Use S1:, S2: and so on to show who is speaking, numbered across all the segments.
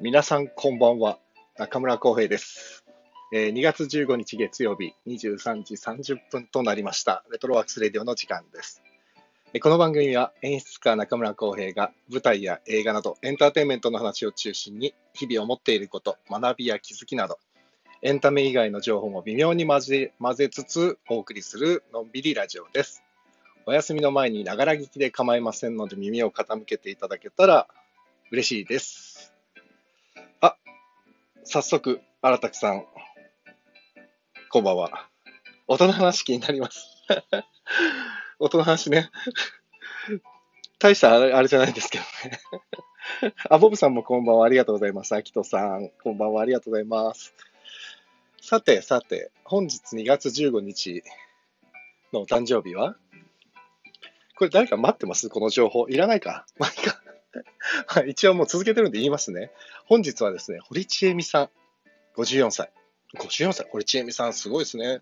S1: 皆さんこんばんは中村浩平です、えー2月15日月曜日23時30分となりましたレトロワークスレディオの時間ですえーこの番組は演出家中村浩平が舞台や映画などエンターテインメントの話を中心に日々思っていること学びや気づきなどエンタメ以外の情報も微妙に混ぜ混ぜつつお送りするのんびりラジオですお休みの前にながら聞きで構いませんので耳を傾けていただけたら嬉しいです早速、荒拓さん、こんばんは。大人の話気になります。 大人の話ね。大したあれあれじゃないですけどね。あ、ボブさんもこんばんは。ありがとうございます。アキトさん、こんばんは。ありがとうございます。さて、さて、本日2月15日のお誕生日はこれ誰か待ってますこの情報。いらないか。まあいいか まあ一応もう続けてるんで言いますね。本日はですね、堀ちえみさん、54歳。54歳、堀ちえみさん、すごいですね。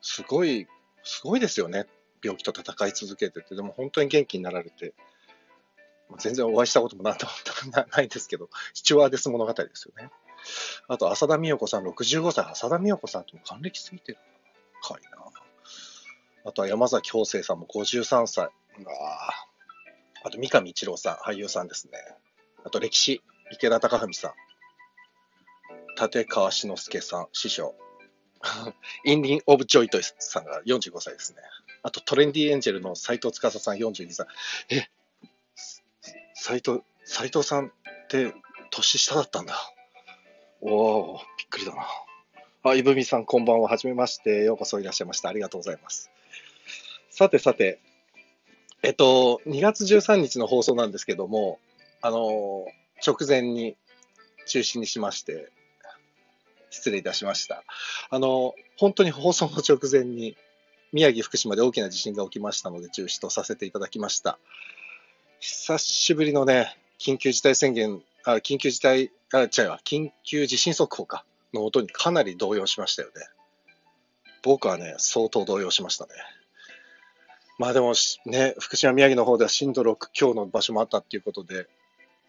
S1: すごい、すごいですよね。病気と戦い続けてて、でも本当に元気になられて、まあ全然お会いしたこともなんともなないんですけど、シチュワーデス物語ですよね。あと、浅田美代子さん、65歳、浅田美代子さんとも還暦すぎてるかいな。あとは山崎邦生さんも53歳。うわぁあと、三上一郎さん、俳優さんですね。あと、歴史、池田隆文さん、立川志の輔さん、師匠、 インディン・オブ・ジョイトイさんが45歳ですね。あと、トレンディエンジェルの斎藤司さん、42歳。え、斎藤、斎藤さんって年下だったんだ。おお、びっくりだな。あ、いぶみさん、こんばんは。はじめまして。ようこそいらっしゃいました。ありがとうございます。さてさて、えっと、2月13日の放送なんですけども、あの直前に中止にしまして、失礼いたしました。あの、本当に放送の直前に、宮城、福島で大きな地震が起きましたので、中止とさせていただきました。久しぶりのね、緊急事態宣言、あ緊急事態、あ、違うわ、緊急地震速報か、の音にかなり動揺しましたよね。僕はね、相当動揺しましたね。まあでもし、ね、福島、宮城の方では震度6強の場所もあったっていうことで、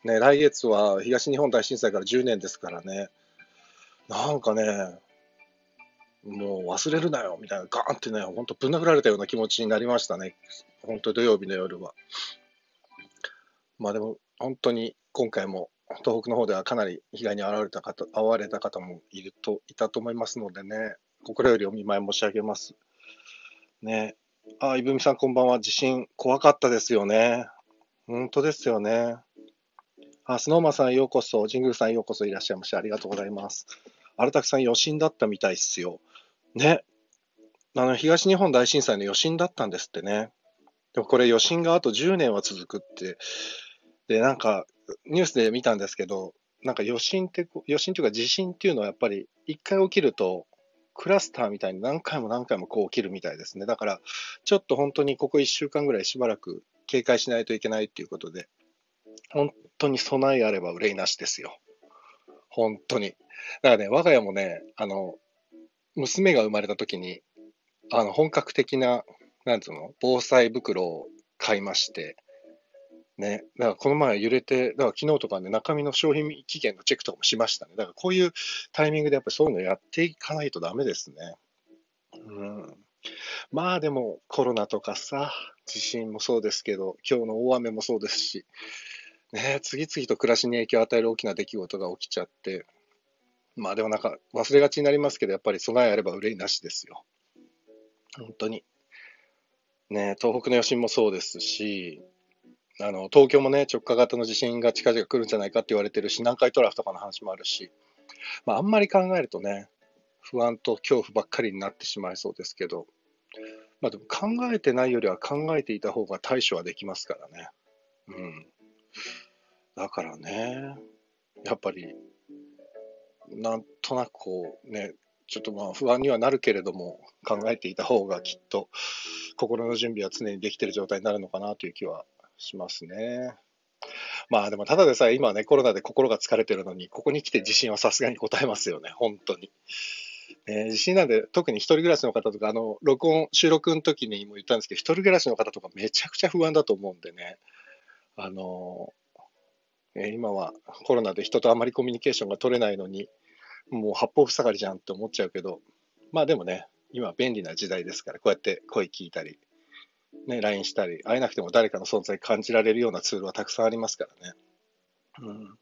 S1: ね、来月は東日本大震災から10年ですからね、なんかね、もう忘れるなよみたいな、ガーンってね、本当、ぶん殴られたような気持ちになりましたね、本当、土曜日の夜は。まあでも、本当に今回も東北の方ではかなり被害に遭われた方遭われた方もいるといたと思いますのでね、心よりお見舞い申し上げます。ね、あ、いぶみさん、こんばんは、地震、怖かったですよね。本当ですよね。あ、スノーマンさんようこそ、神宮さんようこそいらっしゃいました。ありがとうございます。荒拓さん余震だったみたいっすよ。ね。あの、東日本大震災の余震だったんですってね。でもこれ余震があと10年は続くって。で、なんか、ニュースで見たんですけど、なんか余震ってこう、余震というか地震っていうのはやっぱり一回起きると、クラスターみたいに何回も何回もこう起きるみたいですね。だから、ちょっと本当にここ1週間ぐらいしばらく警戒しないといけないっていうことで、本当に備えあれば憂いなしですよ。本当に。だからね、我が家もね、あの、娘が生まれた時に、あの、本格的な、なんつうの、防災袋を買いまして、ね、だからこの前揺れて、だから昨日とかね、中身の商品期限のチェックとかもしましたね。だからこういうタイミングでやっぱりそういうのやっていかないとダメですね。うん。まあでもコロナとかさ、地震もそうですけど、今日の大雨もそうですし、ねえ、次々と暮らしに影響を与える大きな出来事が起きちゃって、まあでもなんか忘れがちになりますけど、やっぱり備えあれば憂いなしですよ。本当に。ねえ、東北の余震もそうですし、あの東京もね、直下型の地震が近々来るんじゃないかって言われてるし、南海トラフとかの話もあるし、まあ、あんまり考えるとね、不安と恐怖ばっかりになってしまいそうですけど、まあでも考えてないよりは考えていた方が対処はできますからね。うん。だからね、やっぱり、なんとなくこうね、ちょっとまあ不安にはなるけれども、考えていた方がきっと心の準備は常にできている状態になるのかなという気はしますね。まあでもただでさえ今はね、コロナで心が疲れてるのに、ここに来て地震はさすがに答えますよね、本当に。えー地震なんで、特に一人暮らしの方とか、あの、録音、収録の時にも言ったんですけど、一人暮らしの方とかめちゃくちゃ不安だと思うんでね、あのーえー今はコロナで人とあまりコミュニケーションが取れないのに、もう八方塞がりじゃんって思っちゃうけど、まあでもね、今便利な時代ですから、こうやって声聞いたり、ね、LINE したり、会えなくても誰かの存在感じられるようなツールはたくさんありますからね。うん、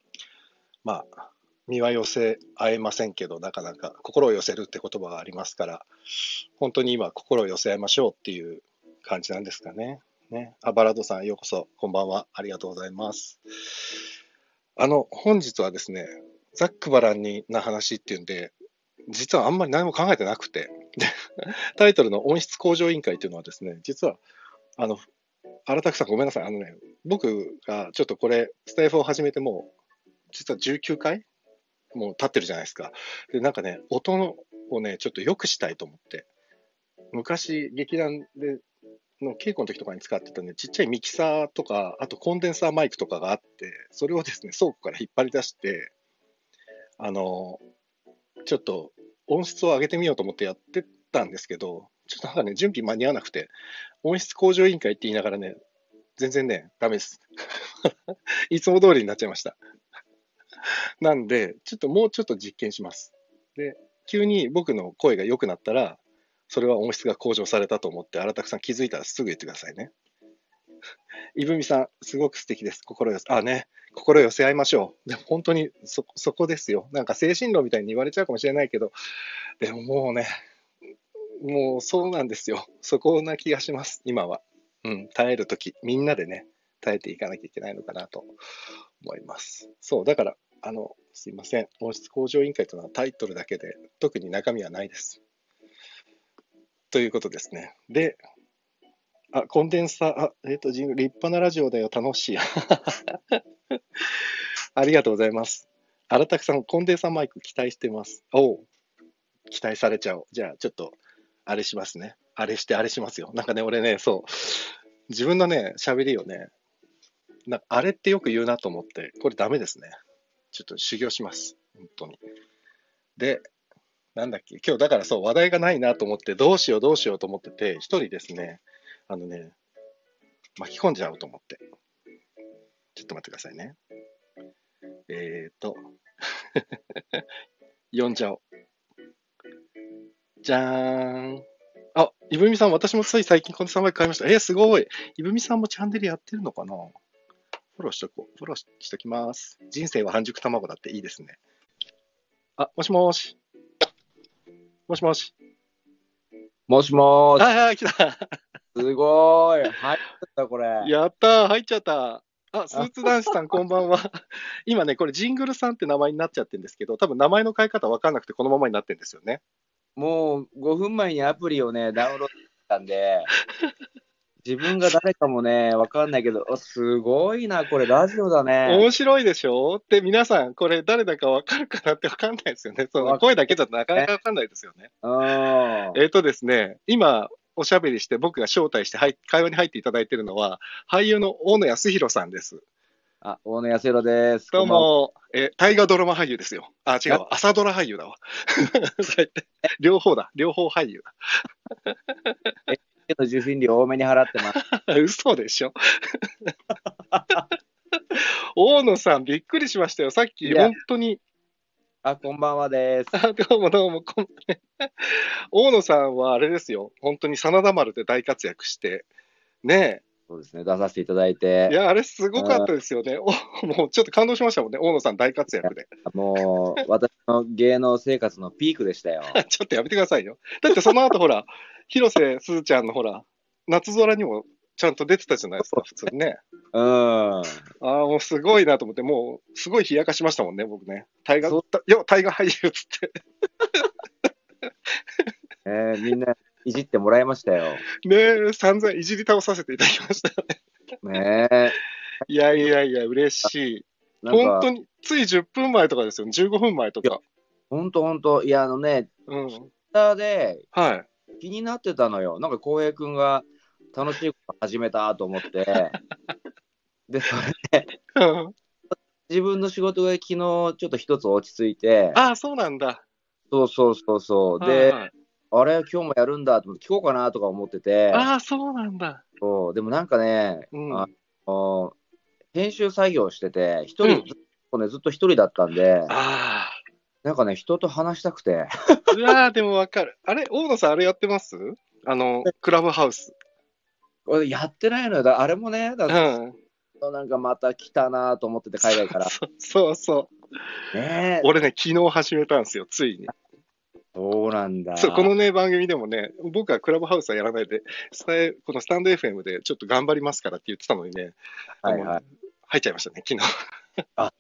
S1: まあ、身は寄せ合えませんけど、なかなか心を寄せるって言葉がありますから、本当に今心を寄せ合いましょうっていう感じなんですかね。ね。あバラードさん、ようこそ。こんばんは。ありがとうございます。あの、本日はですね、ザックバランにな話っていうんで、実はあんまり何も考えてなくて、 でタイトルの音質向上委員会っていうのはですね、実は、あの、荒拓さんごめんなさい。あのね、僕がちょっとこれ、スタイフを始めてもう、実は19回もう経ってるじゃないですか。で、なんかね、音をね、ちょっと良くしたいと思って、昔、劇団での稽古の時とかに使ってたね、ちっちゃいミキサーとか、あとコンデンサーマイクとかがあって、それをですね、倉庫から引っ張り出して、あの、ちょっと音質を上げてみようと思ってやってたんですけど、ちょっとなんかね、準備間に合わなくて、音質向上委員会って言いながらね、全然ね、ダメです。 いつも通りになっちゃいました。なんで、ちょっともうちょっと実験します。で、急に僕の声が良くなったら、それは音質が向上されたと思って、荒拓さん気づいたらすぐ言ってくださいね。 いぶみさん、すごく素敵です。心寄せ、あね、心寄せ合いましょう。でも本当にそ、そこですよ。なんか精神論みたいに言われちゃうかもしれないけど、でももうね、もうそうなんですよ。そこな気がします、今は。うん、耐えるとき、みんなでね、耐えていかなきゃいけないのかなと思います。そう、だから、あの、すいません。音質向上委員会というのはタイトルだけで、特に中身はないです。ということですね。で、あ、コンデンサー、あ、えっ、と、ジングル立派なラジオだよ、楽しい。 ありがとうございます。荒拓さん、コンデンサーマイク期待してます。おう期待されちゃおう。じゃあ、ちょっと、あれしますね。あれして、あれしますよ。なんかね、俺ね、そう、自分のね、喋りをね、なんかあれってよく言うなと思って、これダメですね。ちょっと修行します。本当に。で、なんだっけ、今日だからそう、話題がないなと思って、どうしようどうしようと思ってて、一人ですね、あのね、巻き込んじゃおうと思って。ちょっと待ってくださいね。えーと、 呼んじゃおう。じゃーん。あ、いぶみさん、私もつい最近この3枚買いました。えー、すごい。いぶみさんもチャンネルやってるのかなフォローしとこう。フォローししときます。人生は半熟卵だっていいですね。あ、もしもーし。もしもし。
S2: もしもーし、
S1: はいはい、来た。
S2: すご ーい。入ったこれ。
S1: やったー、入っちゃった。あ、スーツ男 子さん、こんばんは。今ね、これ、ジングルさんって名前になっちゃってるんですけど、多分名前の変え方分かんなくて、このままになってるんですよね。
S2: もう5分前にアプリをね、ダウンロードしたん で、自分が誰かもね、わかんないけど、あすごいな、これラジオだね。
S1: 面白いでしょって、皆さん、これ、誰だか分かるかなって分かんないですよね。その
S2: わか
S1: 声だけだとなかなか分かんないですよね。
S2: うん。
S1: えっとですね、今、おしゃべりして、僕が招待して、はい会話に入っていただいてるのは、俳優の大野康弘さんです。
S2: あ、大野康弘です。
S1: どう
S2: こんばんは。
S1: も、え、大河ドラマ俳優ですよ。あ、違うわ、朝ドラ俳優だわ。 最低両方だ、両方俳優だ。
S2: 家の受信料多めに払ってます。
S1: 嘘でしょ大野さん、びっくりしましたよ。さっき、
S2: いや
S1: 本当に、
S2: あ、こんばんはです。
S1: あどうもどうも、こん大野さんはあれですよ。本当に真田丸で大活躍して、ね
S2: そうですね、出させていただ
S1: え。
S2: い
S1: い
S2: て、
S1: や、あれすごかったですよね。おもうちょっと感動しましたもんね。大野さん大活躍で。
S2: もう私の芸能生活のピークでした よ。
S1: ちょっとやめてくださいよ。だってその後、ほら、広瀬すずちゃんのほら、夏空にもちゃんと出てたじゃないですか、普通にね。
S2: うん。
S1: ああ、もうすごいなと思って、もうすごい冷やかしましたもんね、僕ね。大
S2: そ
S1: 河、たよ、大河俳優っつって。
S2: えーみんないじってもらいましたよ。
S1: ねえ、散々いじり倒させていただきました。
S2: ねえ。
S1: いやいやいや、嬉しい。
S2: なん
S1: 本
S2: か
S1: 当に、つい10分前とかですよね、15分前とか。
S2: ほんとほんと、いや、あのね、
S1: うん。
S2: ツイッターで
S1: はい。
S2: 気になってたのよ。なんか浩平君が楽しいこと始めたと思 って。で、それ
S1: うん
S2: 自分の仕事が昨日ちょっと一つ落ち着いて、
S1: ああ、そうなんだ。
S2: そうそうそうそう。
S1: はい
S2: で、
S1: はい
S2: あれ、今日もやるんだと思って聞こうかなとか思ってて、
S1: ああ、そうなんだ。
S2: そうでもなんかね、
S1: うん。
S2: あの編集作業してて、一人、
S1: うん
S2: ずっとね、ずっと一人だったんで、
S1: ああ。
S2: なんかね、人と話したくて、
S1: うわー、でもわかる。あれ、大野さん、あれやってますあの、クラブハウス。
S2: 俺やってないのよ。だあれもね、だ
S1: うん。
S2: なんかまた来たなと思ってて、海外から。
S1: そそうそう。
S2: ねえ、
S1: 俺ね、昨日始めたんですよ、ついに。
S2: そうなんだ。
S1: そうこのね、番組でもね、僕はクラブハウスはやらないで、それこのスタンド FM でちょっと頑張りますからって言ってたのにね、
S2: はいはい。
S1: 入っちゃいましたね、昨日。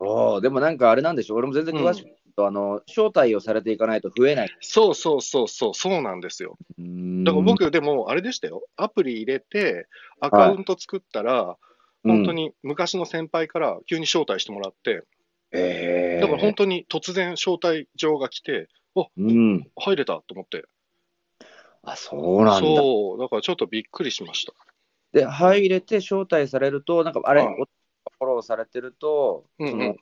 S2: おーでもなんかあれなんでしょ俺も全然詳しくないけど、あの、招待をされていかないと増えない。
S1: そうそうそうそう、そうなんですよ。だ
S2: だ
S1: から、僕、でも、あれでしたよ。アプリ入れて、アカウント作ったら、本当
S2: に。
S1: に昔の先輩から急に招待してもらって、
S2: ええ
S1: だから本当に突然招待状が来て、
S2: うん。
S1: 入れたと思って。
S2: あ、そうなんだ。
S1: そう、だからちょっとびっくりしました。
S2: で、入れて招待されると、なんかあれ、
S1: はい
S2: おフォローされてると、
S1: うんうん
S2: その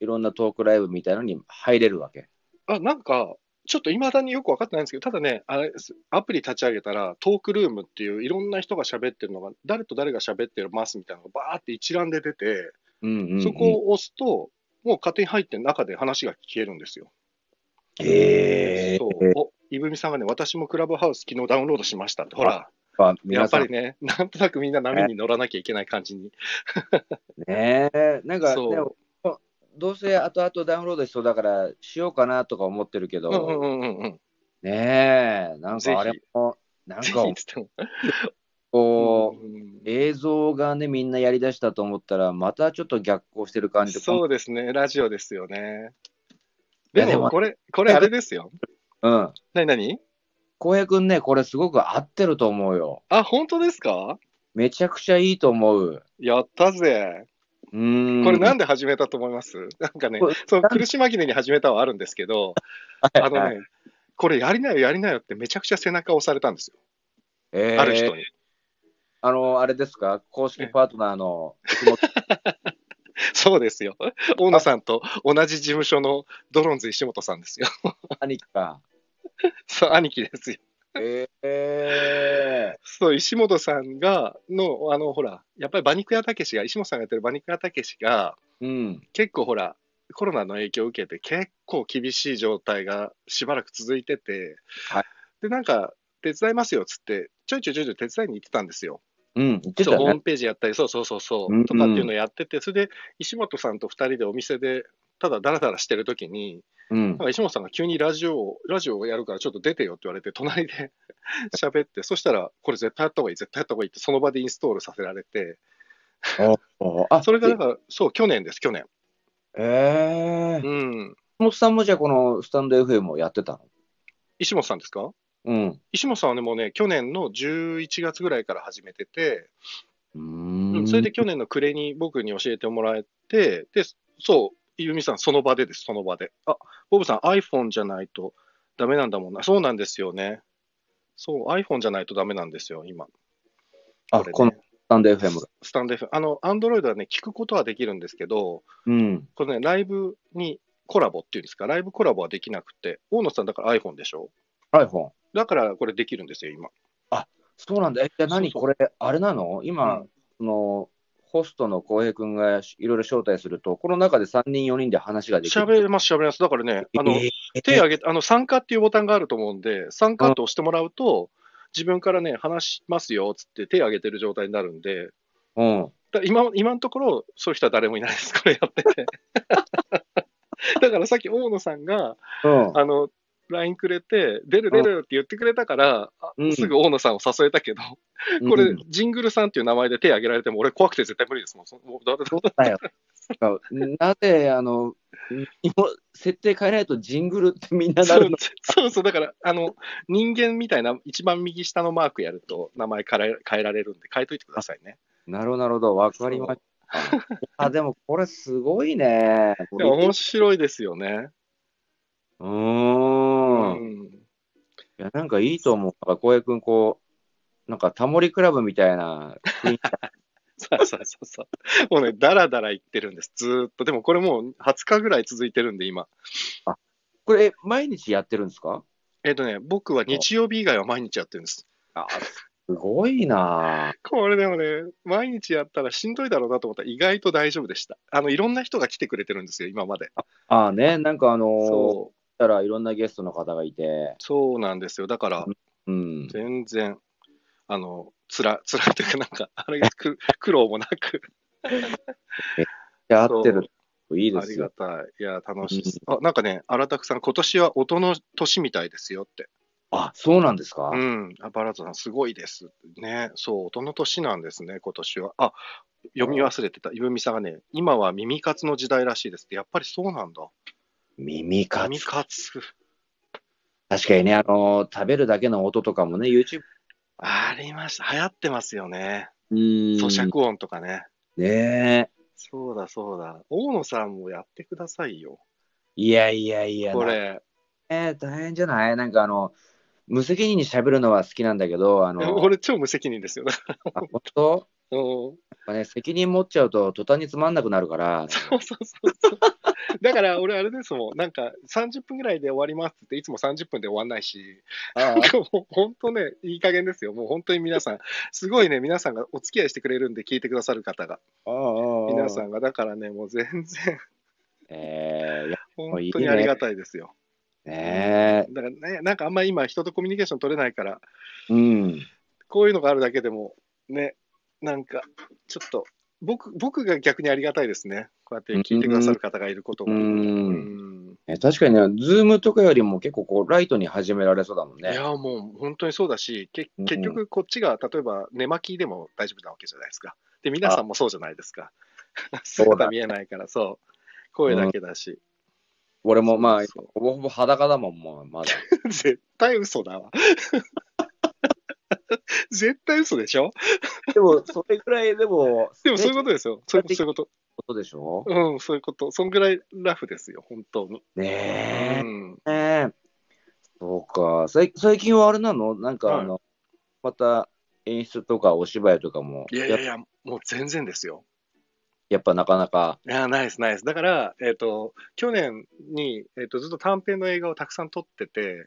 S2: いろんなトークライブみたいなのに入れるわけ。
S1: あ、なんか、ちょっと未だによく分かってないんですけど、ただね、あれすアプリ立ち上げたら、トークルームっていういろんな人が喋ってるのが、誰と誰が喋ってますみたいなのがバーって一覧で出て、
S2: うんうんうん
S1: そこを押すと、もう勝手に入って中で話が聞けるんですよ。
S2: ええ
S1: そう。お、いぶみさんがね、私もクラブハウス昨日ダウンロードしましたって。ほら、
S2: やっぱ
S1: や
S2: 皆
S1: っ
S2: さ
S1: ぱ
S2: ん
S1: りね、なんとなくみんな波に乗らなきゃいけない感じに。
S2: ねえ、なんか、
S1: そう
S2: ねおどうせ後々ダウンロードしそうだからしようかなとか思ってるけど、
S1: うんうんうんうんうん。
S2: ねえ、なんかあれも、なん
S1: ぜひ
S2: か
S1: っつって も。
S2: こう、
S1: うん
S2: 映像がね、みんなやりだしたと思ったら、またちょっと逆行してる感じとか
S1: そうですね、ラジオですよね。
S2: い
S1: で
S2: や
S1: も、
S2: でも
S1: これ、これあれですよ。
S2: うん。
S1: なになに
S2: 浩平君ね、これすごく合ってると思うよ。
S1: あ、本当ですか
S2: めちゃくちゃいいと思う。
S1: やったぜ。
S2: うーん。
S1: これなん
S2: だ
S1: で始めたと思います、なんかね
S2: これ、
S1: その苦し紛れに始めたはあるんですけど、あのね、これやりなよ、やりなよってめちゃくちゃ背中押されたんですよ。ある人に。
S2: あの、あれですか、公式パートナーの、
S1: そうですよ。大野さんと同じ事務所のドロンズ石本さんですよ。
S2: 兄貴か。
S1: そう、兄貴ですよ。
S2: ええ
S1: そう、石本さんが、の、あの、ほら、やっぱり馬肉屋たけしが、石本さんがやってる馬肉屋たけしが、
S2: うん。
S1: 結構ほら、コロナの影響を受けて、結構厳しい状態がしばらく続いてて、
S2: はい
S1: で、なんか、手伝いますよっつって、ちょいちょいちょいちょい手伝いに行ってたんですよ。
S2: うん、言って
S1: そう
S2: た
S1: ホー
S2: ね。
S1: ムページやったり、そうそうそうそう、
S2: うんうん
S1: とかっていうのやってて、それで石本さんと2人でお店で、ただだらだらしてる時に、
S2: うん
S1: なん。か石本さんが急にラジオを、ラジオをやるからちょっと出てよって言われて、隣で 喋って、そしたら、これ絶対やった方がいい、絶対やった方がいいって、その場でインストールさせられて、
S2: おあ、
S1: それがだから、そう、去年です、去年。
S2: ええー。
S1: うん。
S2: 松本さんもじゃあこのスタンド FM をやってたの
S1: 石本さんですか
S2: うん。
S1: 石本さんはね、もうね、去年の11月ぐらいから始めてて、
S2: う
S1: うん
S2: ーん
S1: それで去年の暮れに僕に教えてもらえて、で、そう、ゆみさん、その場でです、その場で。あ、ボブさん、iPhone じゃないとダメなんだもんな。そうなんですよね。そう、iPhone じゃないとダメなんですよ、今。
S2: あ、
S1: れね
S2: このスタンド FM が。
S1: スタンド F。あの、Android はね、聞くことはできるんですけど、
S2: うん。
S1: このね、ライブにコラボっていうんですか、ライブコラボはできなくて、大野さん、だから iPhone でしょ
S2: iPhone。
S1: だからこれできるんですよ、今。
S2: そうなんだ。えじゃあ何
S1: そう
S2: これ、あれなの今、
S1: うん
S2: その、ホストの浩平君がいろいろ招待すると、この中で3人、4人で話ができる。
S1: 喋れます、喋れます。だからね、あの、
S2: えー
S1: 手挙げて、あの、参加っていうボタンがあると思うんで、参加って押してもらうと、自分からね、話しますよ、つって手挙げてる状態になるんで、
S2: うん。
S1: だ今、今のところ、そういう人は誰もいないです、 これやってて。だからさっき大野さんが、
S2: うん。
S1: あの、LINE くれて、出る出るって言ってくれたから、あ
S2: うん
S1: すぐ大野さんを誘えたけど、こ
S2: う
S1: れ
S2: ん、
S1: ジングルさんっていう名前で手挙げられても、俺怖くて絶対無理ですもん。そもうだ
S2: そうだよ。なぜ、あの、今設定変えないとジングルってみんなな
S1: そ
S2: る
S1: う
S2: の
S1: そうそう、だから、あの、人間みたいな、一番右下のマークやると、名前変え変えられるんで、変えといてくださいね。
S2: なるほど、なるほど。わかりました。あ、でもこれすごいね。こ
S1: で
S2: れ
S1: も面白いですよね。う
S2: うーん。い
S1: ん。
S2: や、なんかいいと思う。なんか浩平君、こう、なんかタモリクラブみたいな雰囲気。
S1: そうそうそうそう。もうね、だらだら言ってるんです、ずーっと。でもこれもう20日ぐらい続いてるんで、今。
S2: これ、え毎日やってるんですか
S1: えっ、とね、僕は日曜日以外は毎日やってるんです。
S2: あ、すごいな
S1: これでもね、毎日やったらしんどいだろうなと思ったら意外と大丈夫でした。あの、いろんな人が来てくれてるんですよ、今まで。
S2: ああね、なんかあのー、
S1: そう。
S2: たらいろんなゲストの方がいて、
S1: そうなんですよ。だから、
S2: うん。
S1: 全然、あの、つら、 つらいというか、なんか、あれく、 苦労もなく、
S2: で、合ってる。いいで
S1: あり
S2: す
S1: が
S2: よ。
S1: たい。いや、楽しいです。あ、なんかね、荒拓さん、今年は音の年みたいですよって。
S2: あ、そうなんですか、
S1: うん、あバラードさん、すごいです。ね、そう、音の年なんですね、今年は。あ、読み忘れてた。ゆうみさんがね、今は耳活の時代らしいですって。やっぱりそうなんだ。
S2: 耳か
S1: 耳
S2: つ。
S1: 活。
S2: 確かにね、あのー食べるだけの音とかもね、YouTube。
S1: ありました。流行ってますよね。
S2: うーん。
S1: 咀嚼音とかね。
S2: ねえ。
S1: そうだ、そうだ。大野さんもやってくださいよ。
S2: いやいやいや、
S1: これ。
S2: えー、大変じゃないなんかあの、無責任に喋るのは好きなんだけど、あの、
S1: 俺、超無責任ですよ。
S2: あ本当
S1: うん
S2: やっぱね、責任持っちゃうと途端につまんなくなるから、
S1: そうそうそうそう。だから俺あれですもん、なんか30分ぐらいで終わりますって、いつも30分で終わんないし、
S2: あ
S1: なんかもう本当ね、いい加減ですよ。もう本当に皆さん、すごいね、皆さんがお付き合いしてくれるんで、聞いてくださる方が、
S2: あああ
S1: 皆さんが、だからね、もう全然、
S2: えー、いやうい
S1: 本
S2: いね
S1: 当にありがたいですよ。
S2: ねえ
S1: だからね、なんかあんまり今、人とコミュニケーション取れないから、
S2: うん。
S1: こういうのがあるだけでも、ね、なんか、ちょっと、僕僕が逆にありがたいですね。こうやって聞いてくださる方がいること
S2: う。
S1: も。うんん
S2: え確かにね、ズームとかよりも結構こう、ライトに始められそうだもん
S1: い
S2: ね。
S1: や、もう本当にそうだし、け
S2: うん
S1: 結局、こっちが例えば寝巻きでも大丈夫なわけじゃないですか。で、皆さんもそうじゃないですか。
S2: そ う
S1: 姿
S2: だね
S1: 見えないから、そう。声だけだし。
S2: 俺もまあ
S1: そう、
S2: ほぼほぼ裸だもん、もう、まだ。
S1: 絶対嘘だわ。 絶対嘘でしょ
S2: でも、それぐらいでも、
S1: でもそういうことですよ。そういうこと、そういうこ
S2: ことでしょ
S1: と。うん、そういうこと。そんぐらいラフですよ、本当に。
S2: ね
S1: うん。
S2: え。ねえそうか。さい最近はあれなのなんかあの、また演出とかお芝居とかも、
S1: いやいやいや、もう全然ですよ。
S2: やっぱなかなか、
S1: いや、ナイス、ナイス。だから、えっ、と、去年に、えっ、と、ずっと短編の映画をたくさん撮ってて、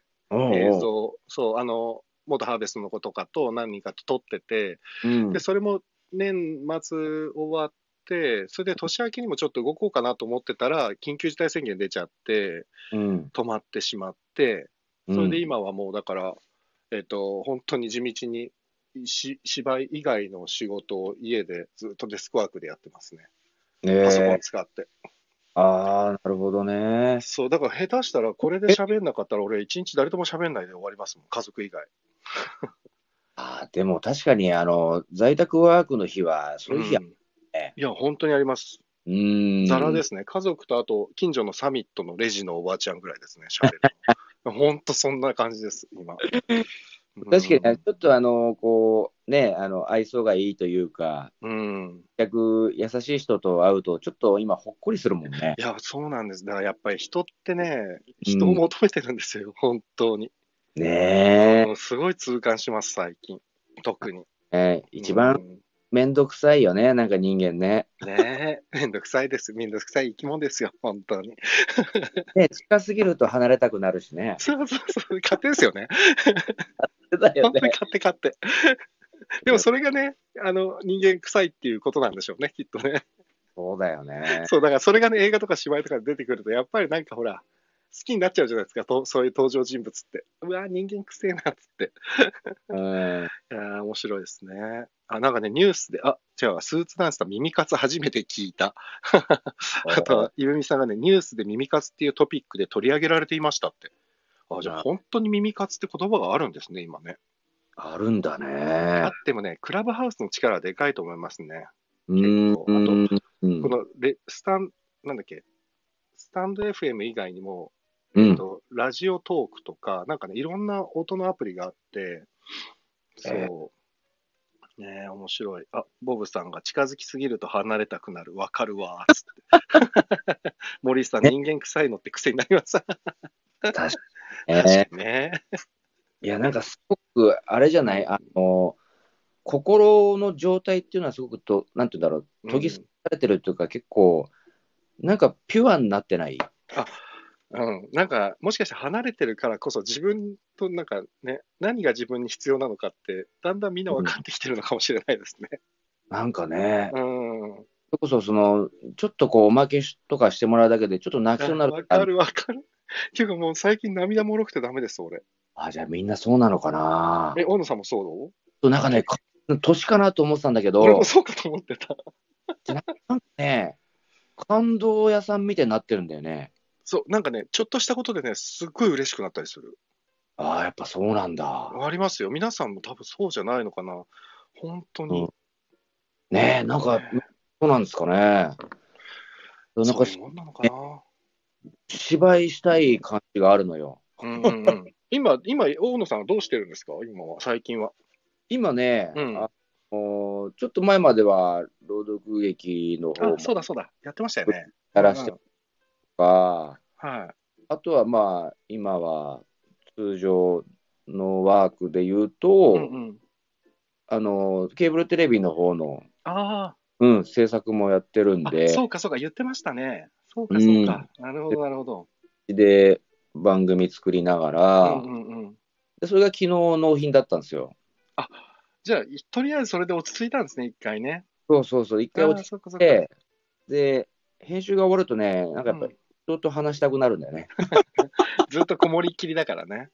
S1: 映像、そう、あの、元ハーベストの子とかと何人かと撮ってて、
S2: うん
S1: で、それも年末終わって、それで年明けにもちょっと動こうかなと思ってたら、緊急事態宣言出ちゃって、
S2: うん
S1: 止まってしまって、それで今はもうだから、えっと、本当に地道にし芝居以外の仕事を家でずっとデスクワークでやってますね。
S2: ね
S1: パソコン
S2: え
S1: 使って。
S2: ああ、なるほどね。
S1: そう、だから下手したらこれで喋んなかったら俺一日誰とも喋んないで終わりますもん、家族以外。
S2: ああ、でも確かに、あの、在宅ワークの日は、そういう日や
S1: うん
S2: ね
S1: いや、本当にあります。
S2: うーん。。
S1: ザラですすね、家族とあと、近所のサミットのレジのおばあちゃんぐらいですね、喋る の。ほんとそんな感じです、今。
S2: 確かに
S1: う
S2: ね、
S1: ん
S2: ちょっとあの、こう、ね、あの、愛想がいいというか、
S1: うん。
S2: 逆、優しい人と会うと、ちょっと今、ほっこりするもん ね。
S1: いや、そうなんです。だからやっぱり人ってね、人を求めてるんですよ、本当に。
S2: ね
S1: もうすごい痛感します、最近。特に。
S2: え。ね一番
S1: う
S2: めんどくさいよね、なんか人間ね。
S1: んね え、めんどくさいです。めんどくさい生き物ですよ、本当に。
S2: ね、近すぎると離れたくなるしね。
S1: そうそうそう、勝手ですよね。
S2: だよ
S1: 本当に
S2: ね。
S1: 勝手勝手。でもそれがね、あの、人間臭いっていうことなんでしょうね、きっとね。
S2: そうだ よね。
S1: そう、だからそれがね、映画とか芝居とかで出てくると、やっぱりなんかほら、好きになっちゃうじゃないですか、とそういう登場人物って。うわー、人間くせえなっつって。
S2: うん。
S1: いやー面白いですね。あ、なんかね、ニュースで、あ、違うわ、スーツダンスと耳活初めて聞いた。あとは、ゆうみさんがね、ニュースで耳活っていうトピックで取り上げられていましたって。あ、じゃあ
S2: な
S1: 本当に耳活って言葉があるんですね、今ね。
S2: あるんだ
S1: あ
S2: ね
S1: っ。てもね、クラブハウスの力はでかいと思いますね。
S2: う
S1: 結
S2: ん。
S1: 構
S2: うん
S1: このレ、スタン、なんだっけ、スタンド FM 以外にも、
S2: うん。
S1: と、ラジオトークとか、なんかね、いろんな音のアプリがあって、
S2: え
S1: そう。ねえ、面白い。あ、ボブさんが近づきすぎると離れたくなる。わかるわ。つって。 森さん、
S2: ね
S1: 人間臭いのって癖になります。確
S2: 確かに
S1: か
S2: ね。
S1: にね。
S2: いや、なんかすごく、あれじゃない、あの、心の状態っていうのはすごくと、なんて言うんだろう、研ぎ澄まされてるというか、結構、なんかピュアになってない。
S1: あ、うん。なんか、もしかして離れてるからこそ自分となんかね、何が自分に必要なのかって、だんだんみんな分かってきてるのかもしれないですね。
S2: なんかね、
S1: うん。わ
S2: それこそその、ちょっとこう、おまけしとかしてもらうだけで、ちょっと泣きそうになる。
S1: かるわかる。っていうかもう最近涙もろくてダメです、俺。
S2: あ、じゃあみんなそうなのかな。
S1: え、大野さんもそう
S2: なんかね、か年かなと思ってたんだけ
S1: だ俺
S2: ど
S1: も、そうかと思ってた。
S2: なんかね、感動屋さんみたいになってるんだよね。
S1: そう、なんかね、ちょっとしたことでね、すっごい嬉しくなったりする。
S2: ああ、やっぱそうなんだ。
S1: ありますよ。皆さんも多分そうじゃないのかな。本当に。
S2: うんねえ、なんか、そうなんですかね。なん
S1: そう
S2: か
S1: いうもんなのかな。
S2: 芝居したい感じがあるのよ。
S1: うんうんうん。今、今、大野さんはどうしてるんですか今は、最近は。
S2: 今ね、
S1: うん
S2: あのちょっと前までは朗読劇の方
S1: あ
S2: も、
S1: そうだそうだ。やってましたよね。
S2: やらせて
S1: う
S2: と
S1: ん
S2: か、
S1: はい。
S2: あとはまあ今は通常のワークで言うと、
S1: うんうん。
S2: あのケーブルテレビの方の、
S1: あ
S2: うん、制作もやってるん
S1: ーあ、
S2: で
S1: そうかそうか、言ってましたね。そうかそうか。なるほどなるほど。
S2: で番組作りなが
S1: う
S2: ら、
S1: んうんうん。
S2: でそれが昨日納品だったんですよ。
S1: じゃあ、いとりあえずそれで落ち着いたんですね、一回ね。
S2: そうそうそう一
S1: あ
S2: 回落
S1: ー
S2: ち
S1: そうかそ
S2: 着いう
S1: か。
S2: てで編集が終わるとねなんかやっぱり人と話したくなるんだ よね。
S1: うんずっとこもりっきりだからね。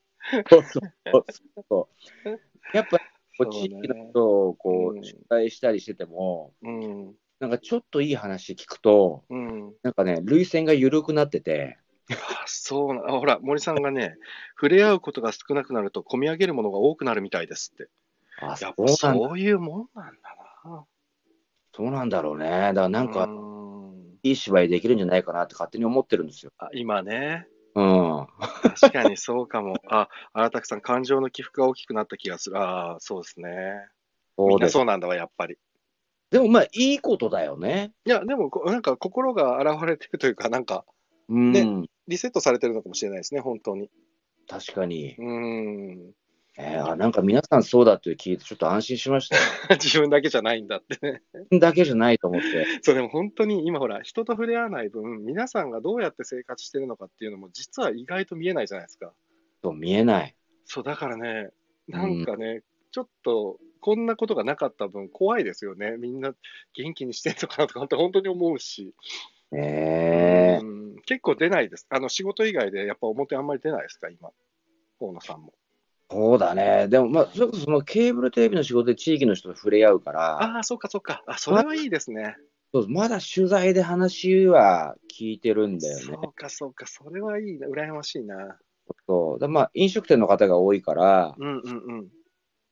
S2: そうそうそうそうやっぱこう
S1: そう
S2: 地
S1: ね
S2: 域の人をこ
S1: うん
S2: う取材したりしてても、
S1: うん。
S2: なんかちょっといい話聞くと、
S1: うん。
S2: なんかね、涙腺が緩くなってて、
S1: あそうなあほら、森さんがね、触れ合うことが少なくなると、込み上げるものが多くなるみたいですって。
S2: あ、そ
S1: やっ
S2: う
S1: ぱ
S2: なんだ
S1: そういうもんなんだな。
S2: そうなんだろうね。だからなん
S1: う
S2: か、
S1: ん
S2: いい芝居できるんじゃないかなって勝手に思ってるんですよ。
S1: あ今ね、
S2: うん。
S1: 確かにそうかも。 あ、荒拓さん、感情の起伏が大きくなった気がする。ああ、そうですね。み
S2: そうん
S1: な
S2: です。
S1: そうなんだわ、やっぱり。
S2: でもまあ、いいことだよね。
S1: いや、でも、こなんか心が現れてるというか、なんか、
S2: うん。
S1: ねリセットされてるのかもしれないですね、本当に。
S2: 確かに、
S1: うん。
S2: えーあ。なんか皆さんそうだって聞いて、ちょっと安心しま したよ。
S1: 自分だけじゃないんだってね。
S2: だけじゃないと思って。
S1: そう、でも本当に今ほら、人と触れ合わない分、皆さんがどうやって生活してるのかっていうのも、実は意外と見えないじゃないですか。
S2: そう見えない。
S1: そう、だからね、なんかね、ちょっと、こんなことがなかった分、怖いですよね。みんな元気にしてんのかなとかって本当に思うし、
S2: ねえ
S1: うん結構出ないです。あの、仕事以外でやっぱ表あんまり出ないですか、今。河野さんも。
S2: そうだね。でもまあ、それこそそのケーブルテレビの仕事で地域の人と触れ合うから、
S1: ああ、そっかそっか。あ、それはいいですね。
S2: そうまだ取材で話は聞いてるんだよね。
S1: そうかそうか。それはいいな。羨ましいな。
S2: そうだまあ、飲食店の方が多いから、
S1: うんうんうん。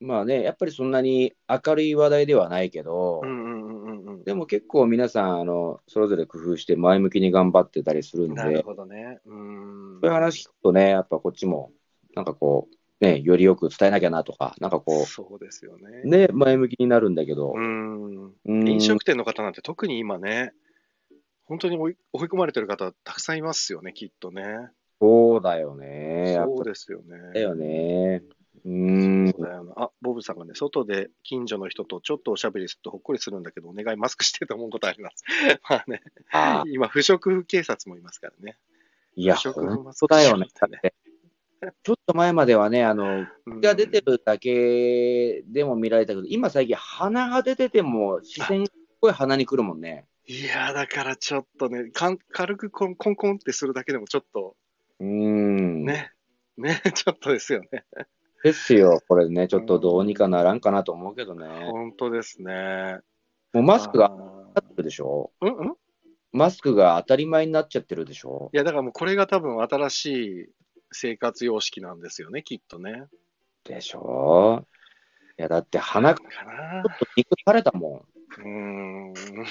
S2: まあね、やっぱりそんなに明るい話題ではないけど、
S1: うんうんうんうんうん。
S2: でも結構皆さんあの、それぞれ工夫して前向きに頑張ってたりするんで、
S1: な
S2: そ
S1: る
S2: う
S1: ほどね。うん。
S2: いう話聞くとね、やっぱこっちも、なんかこう、ね、よりよく伝えなきゃなとか、なんかこ
S1: そうですよね。
S2: う、ね、前向きになるんだけど
S1: う、ん。
S2: うん
S1: 飲食店の方なんて特に今ね、本当に追い追い込まれてる方たくさんいますよね、きっとね。
S2: そうだよね、やっ
S1: そう
S2: ぱ
S1: ですよね。
S2: だよね。う
S1: そ
S2: ん、
S1: うだよなあ、ボブさんがね、外で近所の人とちょっとおしゃべりするとほっこりするんだけど、お願いマスクしてと思うことあります。 まあね、
S2: あ
S1: 今、不織布警察もいますからね。
S2: いや、
S1: 不織布
S2: 本
S1: マス
S2: 当
S1: ク
S2: だよね。
S1: して
S2: だ
S1: る
S2: ってちょっと前まではね、あの、
S1: うん
S2: が出てるだけでも見られたけど、今最近鼻が出てても視線がすごい鼻に来るもんね。
S1: いや、だからちょっとね、かん軽くコンコンコンってするだけでもちょっと
S2: うーん。
S1: ね、ね、ちょっとですよね。
S2: ですよ、これね、ちょっとどうにかならんかなと思うけどね。
S1: 本当ですね。
S2: もうマスク
S1: あ
S2: が当た
S1: ー
S2: ってるでしょ
S1: うんうん
S2: マスクが当たり前になっちゃってるでしょ
S1: いや、だからもうこれが多分新しい生活様式なんですよね、きっとね。
S2: でしょいや、だって鼻がち
S1: かな
S2: ょっと肉垂れたもん。いう
S1: ーん。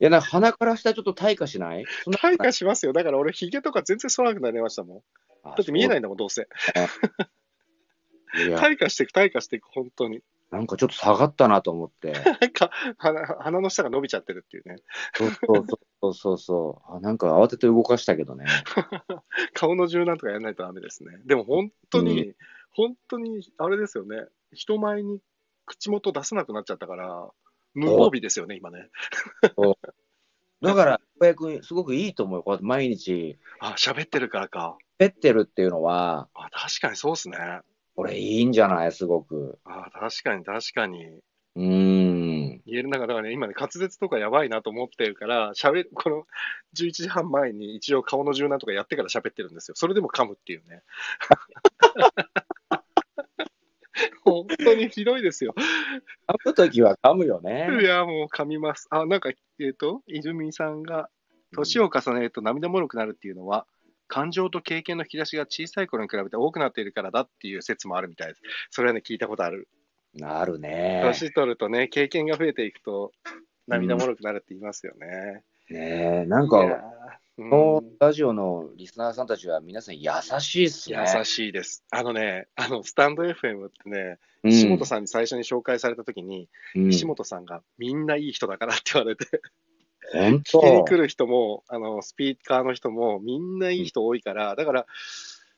S2: や、なんか鼻から下ちょっと退化しないそんな
S1: 退化しますよ。だから俺、ヒゲとか全然剃らなくなりましたもん。だって見えないんだもん、どうせ。
S2: あそういや、
S1: 退化していく、退化していく、本当に。
S2: なんかちょっと下がったなと 思って。
S1: なんか、鼻鼻の下が伸びちゃってるっていうね。
S2: そうそうそうそうそう。あなんか慌てて動かしたけど ね。
S1: 顔の柔軟とかやらないとダメですね。でも本当に、本当に、あれですよね。人前に口元出さなくなっちゃったから、無防備ですよね、今ね。
S2: だから、小林君、すごくいいと思うよ。こうやって毎日、
S1: あ、喋ってるからか。
S2: ペってるっていうのは、
S1: あ、確かにそうですね。
S2: 俺、いいんじゃないすごく。
S1: あ、確かに確かに。
S2: うーん。
S1: 言える中だからね、今ね、滑舌とかやばいなと思ってるから、喋る、 この11時半前に一応顔の柔軟とかやってから喋ってるんですよ。それでも噛むっていうね。本当にひどいですよ。
S2: 噛むときは噛むよね。
S1: いや、もう噛みます。あ、なんか、えっ、と、伊集院さんが、年を重ねると涙もろくなるっていうのは、感情と経験の引き出しが小さい頃に比べて多くなっているからだっていう説もあるみたいです。それはね、聞いたことある。
S2: なるね。
S1: 年取るとね、経験が増えていくと、涙もろくなるって言いますよね。
S2: ねえなん
S1: いや
S2: か、
S1: ー
S2: こ
S1: うん
S2: のラジオのリスナーさんたちは皆さん優しいっすね。
S1: 優しいです。あのね、あの、スタンド FM ってね、
S2: うん
S1: 石本さんに最初に紹介されたときに、
S2: うん
S1: 石本さんがみんないい人だからって言われて、聞
S2: 本
S1: きに
S2: 当
S1: 来る人も、あの、スピーカーの人もみんないい人多いから、だから、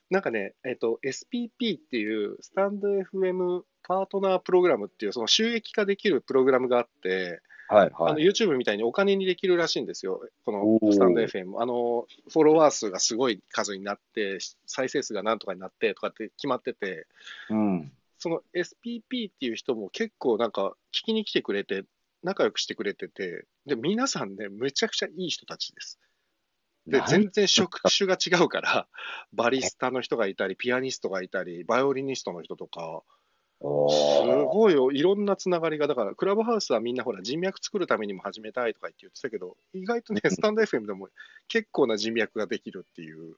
S1: なんかね、えっと、SPP っていう、スタンド FM パートナープログラムっていう、その収益化できるプログラムがあって、
S2: はい
S1: あの
S2: はい。
S1: YouTube みたいにお金にできるらしいんですよ、こ
S2: お
S1: の
S2: ー
S1: スタンド FM。あの、フォロワー数がすごい数になって、再生数がなんとかになってとかって決まってて、
S2: うん。
S1: その SPP っていう人も結構なんか聞きに来てくれて、仲良くしてくれてて、で、皆さんね、めちゃくちゃいい人たちです。で、
S2: なん
S1: 全然職種が違うから、バリスタの人がいたり、ピアニストがいたり、バイオリニストの人とか、
S2: お
S1: す
S2: ー
S1: ごいよ、いろんなつながりが、だから、クラブハウスはみんなほら、人脈作るためにも始めたいとか言って言ってたけど、意外とね、スタンド FM でも結構な人脈ができるっていう、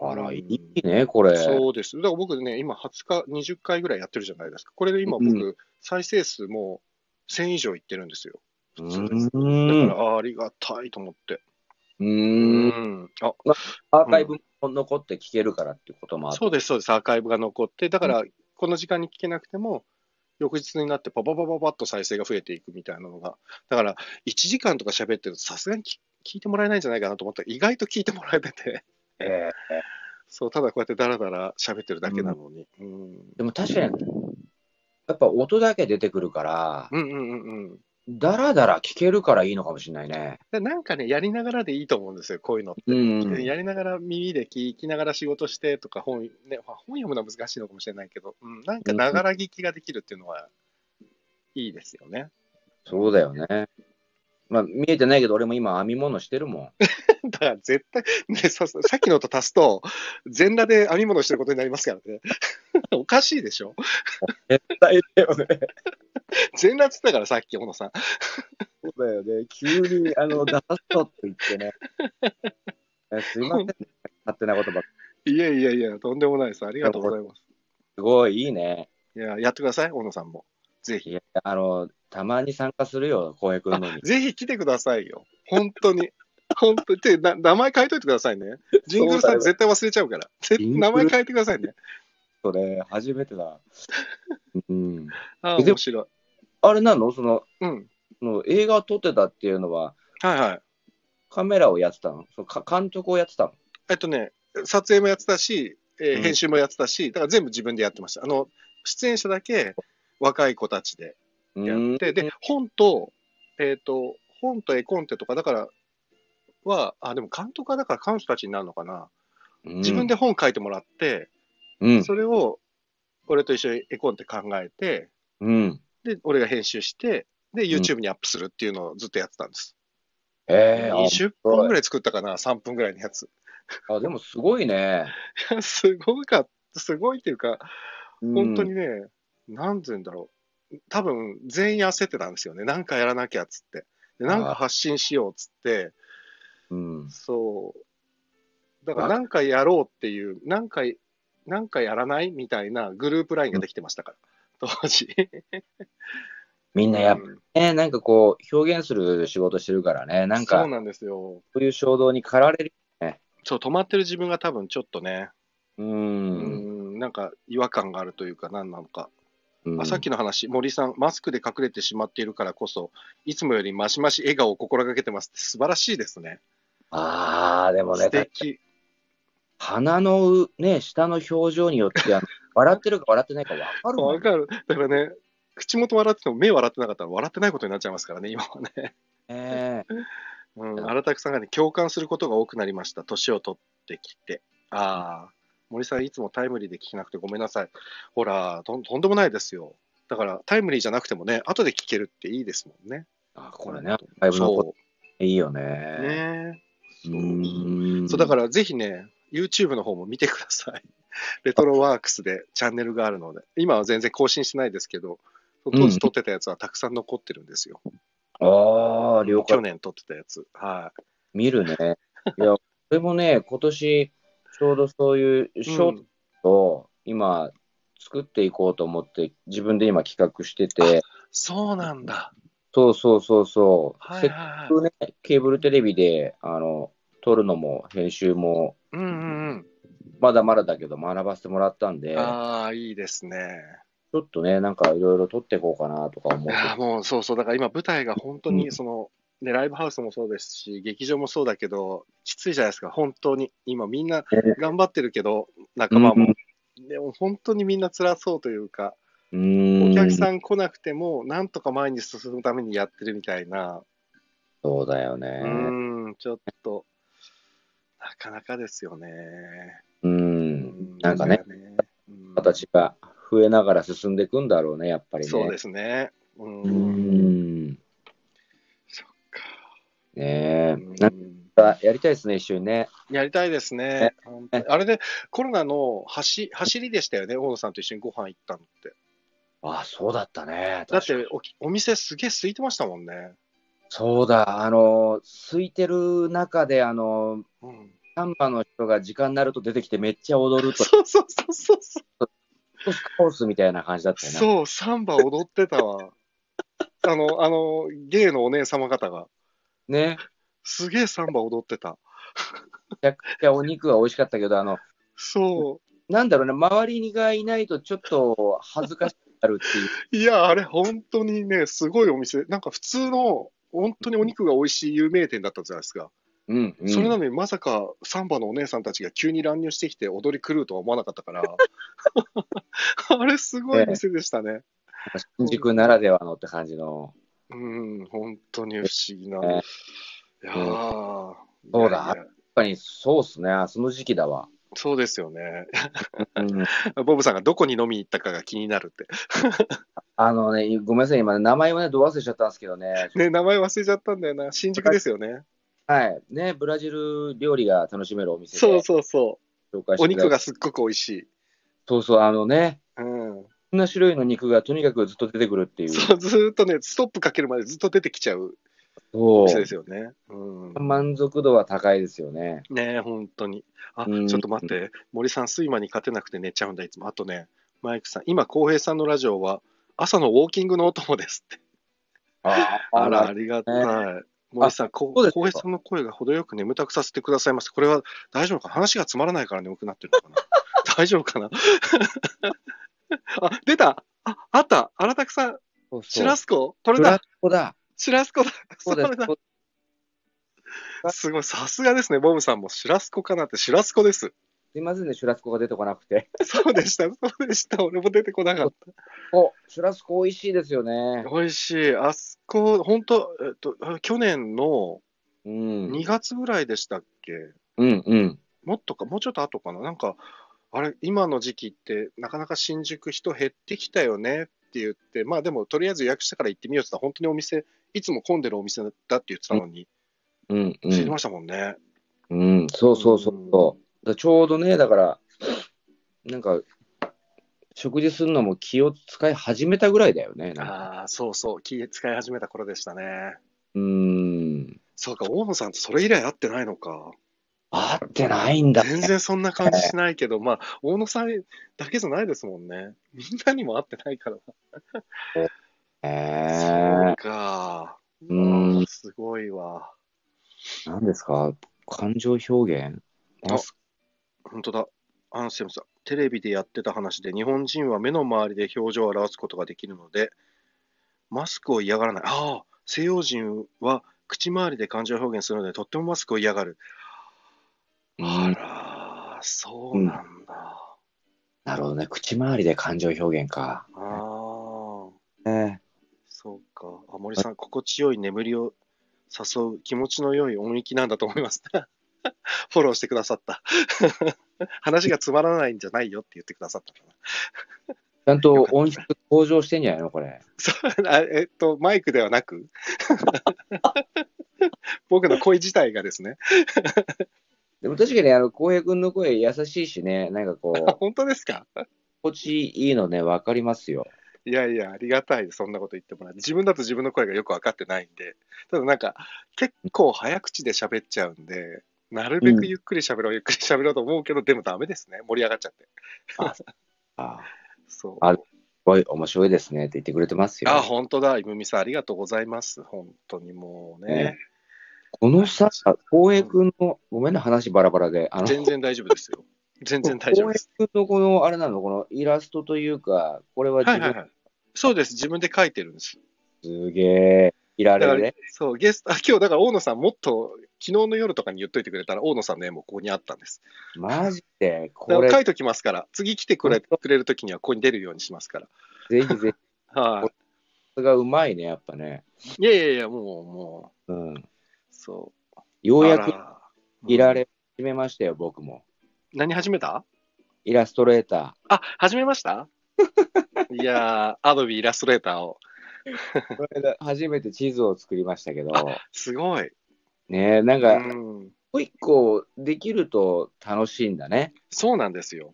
S2: あら、いいね、これ。
S1: そうです、だから僕ね、今、20日、20回ぐらいやってるじゃないですか、これで今、
S2: う
S1: 僕、再生数も1000以上いってるんですよ、
S2: う
S1: 普通です。
S2: ー
S1: だ
S2: ん。
S1: か
S2: う
S1: ら、あーありがたいと思って。
S2: ーん。
S1: うんあ
S2: アーカイブも残って聞けるからっていうこともあって。
S1: そうです、そうです、アーカイブが残って、だから、この時間に聞けなくても、翌日になって、パパパパパッと再生が増えていくみたいなのが、だから、1時間とか喋ってると、さすがにき聞いてもらえないんじゃないかなと思ったら、意外と聞いてもらえてて、
S2: ええ
S1: そう、ただこうやってだらだら喋ってるだけなのに。うん、
S2: でも確かに、やっぱ音だけ出てくるから、
S1: うん、うん、うんうん
S2: だらだら聞けるからいいのかもしれないね。
S1: で。なんかね、やりながらでいいと思うんですよ、こういうのって。
S2: うん
S1: やりながら耳で聞きながら仕事してとか本、ね、まあ本読むのは難しいのかもしれないけど、うん、なんかながら聞きができるっていうのはいいですよね。
S2: そうだよね。まあ、見えてないけど、俺も今編み物してるもん。
S1: だから絶対、ね、 ささっきのと足すと、全裸で編み物してることになりますからね。 おかしいでしょ
S2: 絶対だよね。
S1: 全裸っつったからさっき、小野さん。
S2: そうだよね。急に、あの、出すとって言って ね。えすいません、ね、勝手なことばっかり。
S1: いやいやいや、とんでもないです。ありがとうございます。
S2: すごいいいね。
S1: いや、やってください、小野さんも。ぜひ。
S2: いや、あの、たまに参加するよ、浩平君のに。
S1: ぜひ来てくださいよ。本当に。本当に。てな名前変えといてくださいね。ジングルさん絶対忘れちゃうから。絶
S2: ジングル
S1: 名前変えてくださいね。
S2: それ、初めてだ。うん。
S1: ああ、
S2: でも
S1: 面白い。
S2: あれなのその、
S1: うん。
S2: その映画を撮ってたっていうのは、
S1: はいはい。
S2: カメラをやってたのそのか監督をやってたの
S1: えっとね、撮影もやってたし、え
S2: う
S1: ー
S2: ん
S1: 編集もやってたし、だから全部自分でやってました。あの、出演者だけ若い子たちで
S2: う
S1: や
S2: ん
S1: って、で、本と、えっ、と、本と絵コンテとか、だから、は、あ、でも監督はだから彼女たちになるのかな。自分で、本書いてもらって、
S2: うん。
S1: それを、俺と一緒に絵コンテ考えて、
S2: うん。
S1: で、俺が編集して、で、YouTube にアップするっていうのをずっとやってたんです。
S2: ええ
S1: 20本ぐらい作ったかな、3分ぐらいのやつ。
S2: あ、でもすごいね。
S1: すごかった、すごいっていうか、本当に
S2: うん。
S1: ね、なんて言うんだろう、多分全員焦ってたんですよね、なんかやらなきゃっつって、でなんか発信しようっつって、
S2: うん
S1: そう、だからなんかやろうっていう、なんか、なんかやらないみたいなグループラインができてましたから、当時。
S2: みんなやっぱ
S1: うん
S2: ね、なんかこう、表現する仕事してるからね、なん
S1: そ
S2: か
S1: う、なんですよ。
S2: そういう衝動に駆られる。
S1: そう、止まってる自分が多分ちょっとね、
S2: う。
S1: うんん、なんか違和感があるというか、なんなのか。
S2: うん
S1: あさっきの話、森さん、マスクで隠れてしまっているからこそ、いつもよりましまし笑顔を心がけてますって、素晴らしいですね。
S2: ああ、でも
S1: 素
S2: ね、
S1: 敵。
S2: 鼻の、ね、下の表情によって、あの 笑ってるか笑ってないか分かるもん
S1: わかる。だからね、 口元笑ってても目笑ってなかったら笑ってないことになっちゃいますからね、今はね。
S2: ね。
S1: うん、荒拓さんがね、共感することが多くなりました。年を取ってきて。ああ、森さん、いつもタイムリーで聞けなくてごめんなさい。ほら、とんとんでもないですよ。だから、タイムリーじゃなくてもね、後で聞けるっていいですもんね。
S2: あ、これね、ライブのこ
S1: そ
S2: といいよ
S1: う。
S2: ね。
S1: ね
S2: う
S1: そう
S2: ーん
S1: そう、だから、ぜひね、YouTube の方も見てください。 レトロワークスでチャンネルがあるので、今は全然更新してないですけど、当時撮ってたやつはたくさん残ってるんですよ。
S2: ああ、了
S1: 去
S2: 解。
S1: 年撮ってたやつ。はい。
S2: 見るね。いや、これもね、今年、ちょうどそういうショートを今、作っていこうと思って、自分で今企画してて、
S1: そうなんだ。
S2: そうそうそうそう、
S1: はい
S2: せっ
S1: はい、
S2: か
S1: はい。
S2: くね、ケーブルテレビで、あの、撮るのも編集も、
S1: うんうんうん。
S2: まだまだだけど学ばせてもらったんで、ち
S1: ああ、いいですね。
S2: ょっとね、なんかいろいろ撮っていこうかなとか思っ
S1: い
S2: て。
S1: やー、もうそうそう、だから今、舞台が本当
S2: う
S1: に
S2: ん
S1: その、ね、ライブハウスもそうですし、劇場もそうだけど、きついじゃないですか、本当に。今、みんな頑張ってるけど、仲間も。でも本当にみんな辛そうというか、
S2: うーん。
S1: お客
S2: ん。
S1: さん来なくても、なんとか前に進むためにやってるみたいな、
S2: そうだよ
S1: う
S2: ね。
S1: ーん、ちょっと、なかなかですよね。
S2: う。
S1: うん
S2: なんかね、、
S1: だようん
S2: 形が増えながら進んでいくんだろうね、やっぱりね。
S1: そうですね。うん
S2: うーん。ね
S1: そっか。
S2: え。
S1: う
S2: なん
S1: ん
S2: かやりたいですね、一緒にね。
S1: やりたいですね。本当にあれで、コロナの走走りでしたよね、大野さんと一緒にご飯行ったのって。
S2: あ、そうだったね。
S1: だっておき、お店すげえ空いてましたもんね。
S2: そうだ、あの、空いてる中で、あの、
S1: うん、
S2: サンバの人が時間になると出てきてめっちゃ踊ると、
S1: そうそうそうそうそう。
S2: 少しカオスみたいな感じだったよね。
S1: そう、サンバ踊ってたわ。あの、あの、ゲイのお姉様方が、
S2: ね。
S1: すげえサンバ踊ってた。
S2: めちゃくちゃお肉が美味しかったけど、あの、
S1: そ
S2: なんだろうね、周りがいないとちょっと恥ずかしくなるってい
S1: う。
S2: う。
S1: いや、あれ、本当にね、すごいお店。なんか普通の、本当にお肉が美味しい有名店だったじゃないですか。
S2: うん、うん。
S1: それなのにまさかサンバのお姉さんたちが急に乱入してきて踊り狂うとは思わなかったから、 あれすごい店でしたね。
S2: 新宿ならではのって感じの。
S1: うん、本当に不思議な。い
S2: ね
S1: やー
S2: そう
S1: い
S2: だ
S1: やいや
S2: やっぱりそうっすね、その時期だわ。
S1: そうですよね。
S2: うん、
S1: ボブさんがどこに飲みに行ったかが気になるって。
S2: あのね、ごめんなさい、今、名前をね、ど忘れちゃったんですけどね、
S1: ね、名前忘れちゃったんだよな。新宿ですよね。
S2: はい、ね、ブラジル料理が楽しめるお店
S1: そ
S2: で
S1: うそうそ
S2: 紹介し
S1: う。お
S2: てくだ
S1: 肉がすっごく美味しい。
S2: そうそう、あのね、
S1: うん。
S2: こんな種類の肉がとにかくずっと出てくるっていう、
S1: そう、ずーっとね、ストップかけるまでずっと出てきちゃうお
S2: そ
S1: 店ですよね。うん
S2: う。満足度は高いですよね。
S1: ねえ、本当に。あ、
S2: うん
S1: ちょっと待って、森さん、睡魔に勝てなくて寝ちゃうんだ、いつも。あとね、マイクさん、今、浩平さんのラジオは、朝のウォーキングのお供ですって。
S2: あ
S1: あら、あ
S2: ら
S1: りがたい。森さん、こ
S2: そうですか
S1: 浩平さんの声が程よく眠たくさせてくださいました。これは大丈夫か話がつまらないから眠くなってるのかな 大丈夫かな あ、出たあ、あった荒拓さん、
S2: そう
S1: シ
S2: そう
S1: ラスコこれ
S2: シュラ
S1: だ
S2: スコだ。
S1: シラスコだ
S2: そうです
S1: それだ
S2: そうです
S1: すごい、さすがですね、ボブさんもシラスコかなって、シラスコです。
S2: すいませんね、シュラスコが出てこなくて。
S1: そうでした、そうでした。俺も出てこなかった。
S2: お、シュラスコ美味しいですよね。
S1: 美味しい。あそこ、本当えっと、あ去年の
S2: うん、うん
S1: 2月ぐらいでしたっけ、、
S2: うん。
S1: もっとか、もうちょっと後かな。なんか、あれ、今の時期って、なかなか新宿人減ってきたよねって言って、まあでも、とりあえず予約したから行ってみようって言ったら、本当にお店、いつも混んでるお店だって言ってたのに、
S2: うん、う
S1: 知り
S2: ん
S1: ま。したもんね。
S2: うん、そうそうそうそう。だちょうどね、だから、なんか、食事するのも気を使い始めたぐらいだよね。なんか
S1: ああ、そうそう、気使い始めた頃でしたね。
S2: うーん。
S1: そうか、大野さんとそれ以来会ってないのか。
S2: 合ってないんだ ね。
S1: 全然そんな感じしないけど、まあ、大野さんだけじゃないですもんね。みんなにも会ってないからそ
S2: え
S1: うか。
S2: うーん
S1: あーすごいわ。
S2: ー、何ですか感情表現
S1: あ本当だ。アンセムさん、テレビでやってた話で、日本人は目の周りで表情を表すことができるので、マスクを嫌がらない。ああ、西洋人は口周りで感情を表現するので、とってもマスクを嫌がる。あ
S2: うん
S1: らー、そうなんだ。
S2: なるほどね。口周りで感情表現か。
S1: ああ。
S2: ね
S1: そうか。あ、森さん、心地よい眠りを誘う気持ちの良い音域なんだと思います。 フォローしてくださった。 話がつまらないんじゃないよって言ってくださったかな。
S2: ちゃんと音質向上してんじゃないのこれ。
S1: そう あえっと、マイクではなく、 僕の声自体がですね。
S2: でも確かに、あの、浩平君の声優しいしね、なんかこ
S1: あ
S2: う、
S1: 本当ですか
S2: 心地いいのね、わかりますよ。
S1: いやいや、ありがたい、そんなこと言ってもらって。自分だと自分の声がよく分かってないんで、ただなんか、結構早口で喋っちゃうんで、なるべくゆっくり喋ろう、ゆっくり喋ろうと思うけど、でもダメですね。盛り上がっちゃって。
S2: あ
S1: そう。
S2: あすごい面白いですねって言ってくれてますよ。
S1: あ、本当だ、いむみさん、ありがとうございます。本当にもうね
S2: ね。このさ、浩平君の、ごめんね、話バラバラで。あの
S1: 全然大丈夫ですよ。全然大丈夫です。
S2: 浩平君のこの、あれなの、このイラストというか、これ
S1: は
S2: は自
S1: い
S2: 分、
S1: はいはい。そうです、自分で書いてるんです。
S2: すげえ、いら
S1: だ
S2: れ
S1: か
S2: る
S1: ら
S2: ね。、
S1: そう、ゲスト、あ今日、だから大野さん、もっと、昨日の夜とかに言っといてくれたら、大野さんの絵もここにあったんです。
S2: マジ
S1: だ
S2: で、こ
S1: から
S2: れ、
S1: 書
S2: ぜ
S1: いときますから、次来てくれ
S2: 本当
S1: くれるときには、ここに出るようにしますから。
S2: ひぜひ、
S1: は
S2: それがうまいね、やっぱね。
S1: い。いやいやいや、もう、も
S2: うん。
S1: う、そ
S2: よ
S1: う。
S2: うや
S1: あ
S2: く
S1: ら
S2: いられ始めましたよ、僕も。
S1: 何始めた
S2: イラストレータ
S1: あ、始めました いやー、アドビイラストレーターを。
S2: ー。これで初めて地図を作りましたけど、
S1: すごい。
S2: ねえ、なん
S1: う
S2: か、一
S1: ん。
S2: 個一個できると楽しいんだね。
S1: そうなんですよ。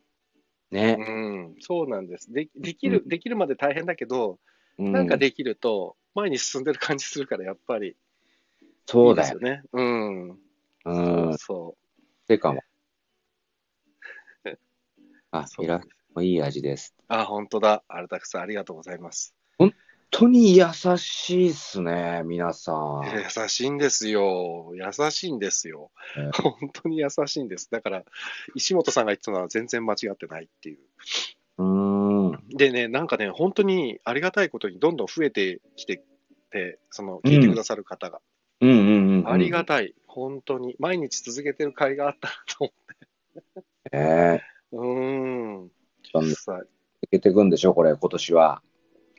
S2: ね。
S1: うん、そうなんです。でできる、できるまで大変だけど、
S2: うん、
S1: なんかできると、前に進んでる感じするから、やっぱりい
S2: そ
S1: いうで
S2: だ
S1: す
S2: よ
S1: よ。ね。うん。
S2: うん。
S1: そ
S2: てかも。あ
S1: う。、そう
S2: イラストもいい味です。
S1: あ、本当だ。アルタクさん、ありがとうございます。
S2: 本当に優しいっすね、皆さ ん。
S1: 優しいんですよ。優しいんですよ
S2: え。
S1: 本当に優しいんです。だから、石本さんが言ってたのは全然間違ってないっていう。
S2: うーん。
S1: でね、なんかね、本当にありがたいことにどんどん増えてきてて、その、聞いてくださる方が。
S2: うんうんうん、うん。
S1: ありがたい。本当に。毎日続けてる甲斐があったなと思
S2: ねえ
S1: うーん。
S2: どんどん続
S1: さあ
S2: けていくんでしょ、これ、今年は。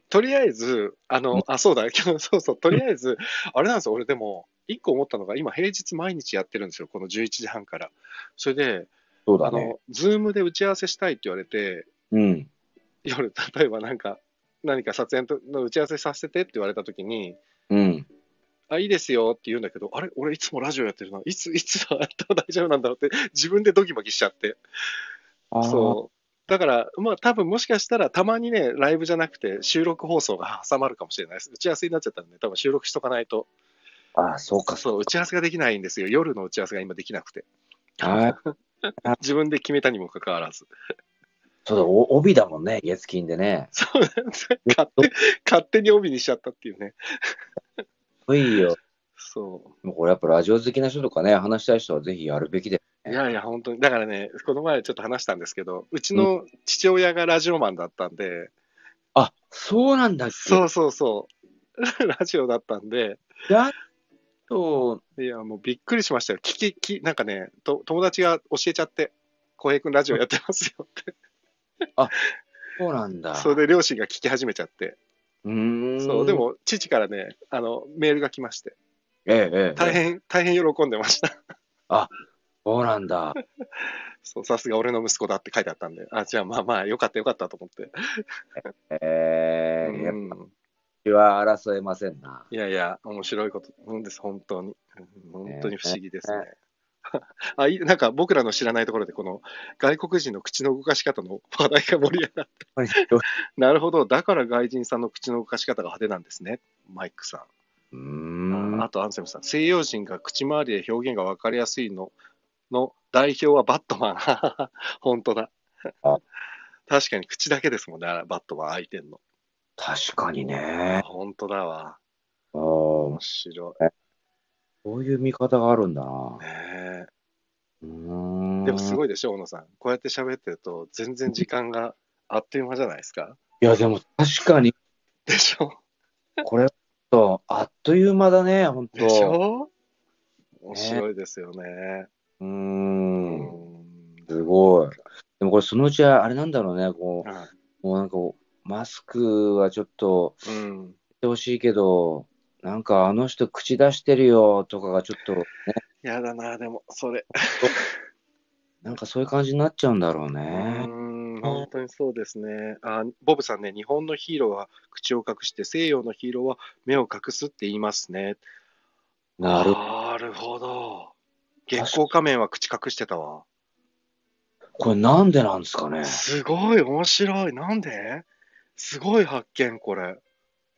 S1: とりあえず、あ
S2: うん
S1: の、あ、そうだ、 今日、そうそう、とりあえず、あれなんですよ、俺でも、一個思ったのが、今、平日毎日やってるんですよ、この11時半から。それで、
S2: そう
S1: あ
S2: だね。
S1: の、ズームで打ち合わせしたいって言われて、
S2: うん。
S1: 夜、例えばなんか、何か撮影の打ち合わせさせてって言われたときに、
S2: うん。
S1: あ、いいですよって言うんだけど、あれ俺いつもラジオやってるな。いつ、いつだ、大丈夫なんだろうって、自分でドキドキしちゃって。
S2: あー
S1: そう。だから、まあ多分もしかしたら、たまにね、ライブじゃなくて収録放送が挟まるかもしれないです。打ち合わせになっちゃったんで、多分収録しとかないと。
S2: あー、そうか。
S1: そう、打ち合わせができないんですよ。夜の打ち合わせが今できなくて。
S2: はい。
S1: 自分で決めたにもかかわらず。
S2: そうだ、お帯だもんね、月金でね。
S1: そうなんです勝手、勝手に帯にしちゃったっていうね。
S2: すごいよ。
S1: そ
S2: もうこれやっぱラジオ好きな人とかね、話したい人はぜひやるべきで。
S1: う。いやいや、本当に。だからね、この前ちょっと話したんですけど、うちの父親がラジオマンだったんで、
S2: あ、そうなんだっけ。
S1: そうそうそう。 ラジオだったんで、
S2: やっと、
S1: いや、もうびっくりしましたよ。聞き、きなんかねと、友達が教えちゃって、浩平君ラジオやってます よって。
S2: そうなんだ。
S1: それで両親が聞き始めちゃって。
S2: うーん。
S1: そう、で、も、父からね、あの、メールが来まして、
S2: ええ、ええ。
S1: 大変、大変喜んでました。
S2: そうなんだ。
S1: そう、さすが俺の息子だって書いてあったんで、あ、じゃあまあまあ、よかったよかったと思って。
S2: ええ、やっぱ
S1: うん
S2: 私は争えませんな。
S1: いやいや、面白いこと、うんです、本当に。うん本当に不思議ですね。 あいなんか僕らの知らないところで、この外国人の口の動かし方の話題が盛り上がって、
S2: う
S1: なるほど、だから外人さんの口の動かし方が派手なんですね、マイクさ
S2: ー
S1: ん。
S2: ん。
S1: あとアンセムさん、西洋人が口周りで表現が分かりやすいのの代表はバットマン。 本当だ
S2: あ。
S1: 確かに口だけですもんね、あれバットマン開いてんの。
S2: 確かにね。
S1: 本当だわ。
S2: ああ、そ
S1: 面白。。
S2: ういう見方があるんだない
S1: ねえ
S2: うーん。
S1: でもす
S2: い。
S1: ごいでしょ、小野さん。こうやって喋ってると、全然時間があっという間じゃないですか。
S2: いや、でも確かに、
S1: でしょ
S2: これ、とあっという間だね、本当
S1: でしょ面白いですよね。
S2: うー。
S1: うんん
S2: すごい。でもこれ、そのうちは、あれなんだろうね、こ、
S1: はいう
S2: もうなんか、マスクはちょっと、
S1: うん。
S2: してほしいけど、なんかあの人口出してるよとかがちょっと、ね、
S1: やだな、でも、それ。
S2: なんかそういう感じになっちゃうんだろう
S1: う
S2: ね。
S1: ーん、本当にそうですね。あボブさんね、日本のヒーローは口を隠して、西洋のヒーローは目を隠すって言いますね。
S2: なる
S1: なるほど。月光仮面は口隠してたわ。
S2: これなんでなんですかね。
S1: すごい、面白い。なんですごい発見、これ。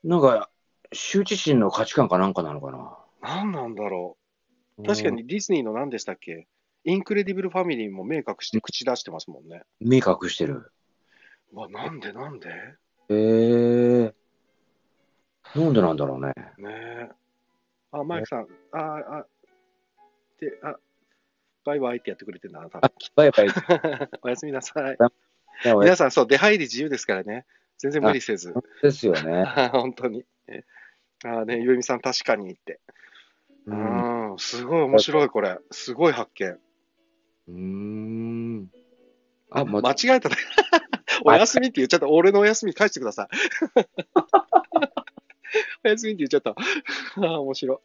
S2: なんか、羞恥心の価値観かなんかなのかな。
S1: 何なんだろう。確か
S2: うん。
S1: にディズニーの何でしたっけインクレディブルファミリーも目隠して口出してますもんね。
S2: 目隠してる。
S1: うわ、なんでなんで
S2: へえー。なんでなんだろ うね。
S1: ねえ。あ、マイクさん、あ、あ、で、あ、バイバイってやってくれてんだな、多分
S2: あ、バイバイ。
S1: おやすみなさい。
S2: ねおや
S1: 皆さん、そう、出入り自由ですからね。全然無理せず。
S2: ですよね。
S1: 本当に。あーね、ゆうみさん、確かにって。
S2: う。
S1: うん、
S2: うん
S1: すごい面白い、これ。すごい発見。
S2: ーん。あ、ま、
S1: 間違えた ね。おやすみって言っちゃった。俺のおやすみ返してください。 おやすみって言っちゃった。 ああ、面白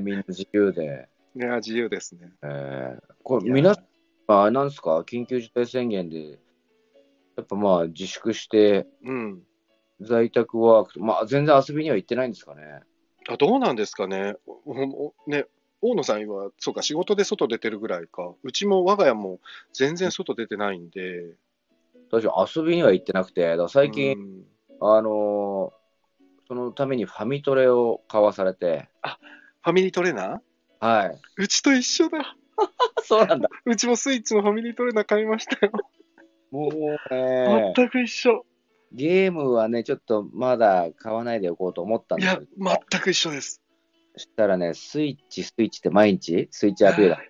S2: みんな自由で。
S1: い。ね、自由ですね。
S2: えー、こ
S1: い
S2: れ、
S1: や
S2: 皆さんは、なんですか、緊急事態宣言で、やっぱまあ、自粛して、
S1: うん。
S2: 在宅ワークと、まあ、全然遊びには行ってないんですかね。
S1: あどうなんですかね、おおね大野さん今、そうか、仕事で外出てるぐらいか、うちも我が家も全然外出てないんで、
S2: 確かに遊びには行ってなくて、だから最近、
S1: うん
S2: あのーそのためにファミトレを買わされて、
S1: ファミリートレーナー
S2: はい。
S1: うちと一緒だ、
S2: そうなんだ。
S1: うちもスイッチのファミリートレーナー買いましたよ、
S2: もうね、
S1: 全く一緒、
S2: ゲームはね、ちょっとまだ買わないでおこうと思ったん
S1: い
S2: です
S1: や
S2: けど、、
S1: 全く一緒です、
S2: そしたらね、スイッチ、スイッチって毎日、スイッチアピールあっ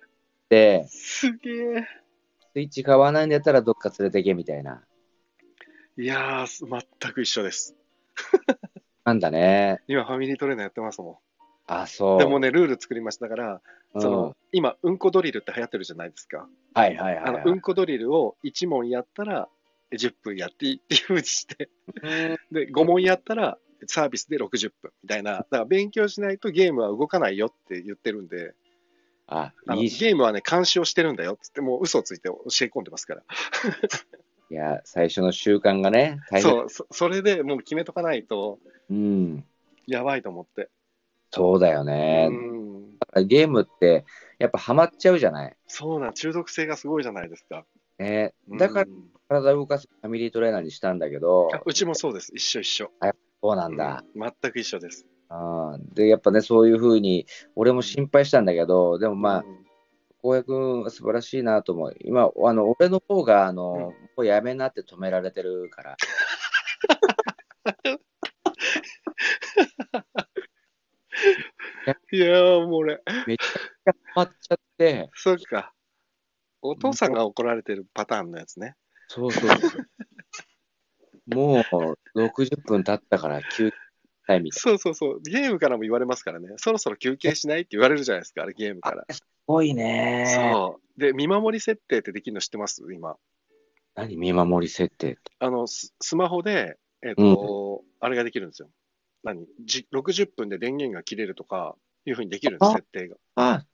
S2: て、
S1: すげえ、
S2: スイッチ買わないんだったらどっか連れてけみたいな。
S1: いやー、す全く一緒です、
S2: なんだね。
S1: 今、ファミリートレーナーやってますも
S2: あ、そ
S1: ん、
S2: う。
S1: でもね、ルール作りましただから、
S2: うん、
S1: その今、うんこドリルって流行ってるじゃないですか。
S2: はいはいは
S1: あ
S2: い、
S1: の
S2: はい。
S1: うんこドリルを1問やったら10分やっていい っていうふうにして、で5問やったらサービスで60分みたいな、だから勉強しないとゲームは動かないよって言ってるんで、
S2: あ
S1: あ、の
S2: いいし。
S1: ゲームはね、監視をしてるんだよってって、もう嘘をついて教え込んでますから、
S2: いや、最初の習慣がね、大変。
S1: そうそそれでもう決めとかないと、
S2: うん。
S1: やばいと思って、
S2: そうだよね。
S1: うん、
S2: ゲームって、やっぱハマっちゃうじゃない。
S1: そうなん、中毒性がすごいじゃないですか。
S2: ね、
S1: うん
S2: だから体を動かすファミリートレーナーにしたんだけど、
S1: あうちもそうです、一緒一緒。
S2: そうなんだ。
S1: うん全く一緒です。
S2: あーで、やっぱね、そういうふうに、俺も心配したんだけど、でもまあ
S1: う、ん
S2: 浩平君は素晴らしいなと思う。今、あの俺の方が、あの、
S1: うん
S2: もうやめなって止められてるから。
S1: いやー、もう俺、
S2: めっちゃハマっちゃって、
S1: そうか。お父さんが怒られてるパターンのやつね。
S2: そうそうそう。もう60分経ったから休憩したいみたい
S1: そう
S2: な。す
S1: そうそう。ゲームからも言われますからね。そろそろ休憩しないって言われるじゃないですか、あれゲームから。
S2: ごいね。
S1: そう。で、見守り設定ってできるの知ってます今。
S2: 何見守り設定って。
S1: あの、ススマホで、えっ、と、あれができるんですよ。何じ ?60 分で電源が切れるとか、いうふうにできるんです、
S2: あ
S1: 設定が。
S2: あ、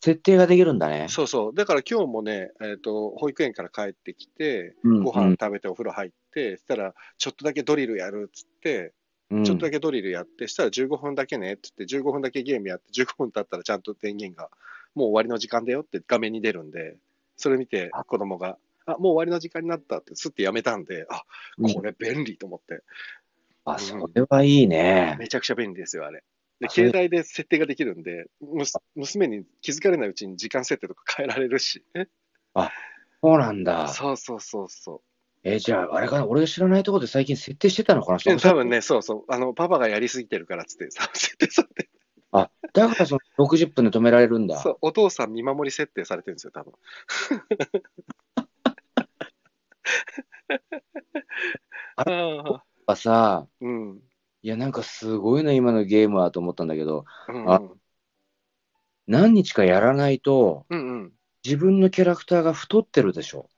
S2: 設定ができるんだね。
S1: そうそう。だから今日もね、えっ、と、保育園から帰ってきて、
S2: うん
S1: ご飯食べてお風呂入って、そしたら、ちょっとだけドリルやるっつって、
S2: うん
S1: ちょっとだけドリルやって、したら15分だけねって言って、15分だけゲームやって、15分経ったらちゃんと電源が、もう終わりの時間だよって画面に出るんで、それ見て
S2: あ
S1: 子供が、あ、もう終わりの時間になったって、すってやめたんで、あ、
S2: うん
S1: これ便利と思って、
S2: あ、それはいいね。
S1: めちゃくちゃ便利ですよ、あれ。で、
S2: あそれ
S1: 携帯で設定ができるんで、むす娘に気づかれないうちに時間設定とか変えられるし、
S2: そうなんだ。
S1: そうそうそうそう。
S2: え、じゃあ、あれかな、俺が知らないところで最近設定してたのかな、
S1: で多分。ね、そうそう、あの、パパがやりすぎてるからっつって、 さ設定されて、
S2: あ、だからその60分で止められるんだ。
S1: そう、お父さん見守り設定されてるんですよ、多分。
S2: あれ
S1: あー
S2: やっぱさ、
S1: うん。うん
S2: いや、なんかすごいな、今のゲームはと思ったんだけど、
S1: うん
S2: あ何日かやらないと、
S1: うんうん。
S2: 自分のキャラクターが太ってるでしょ。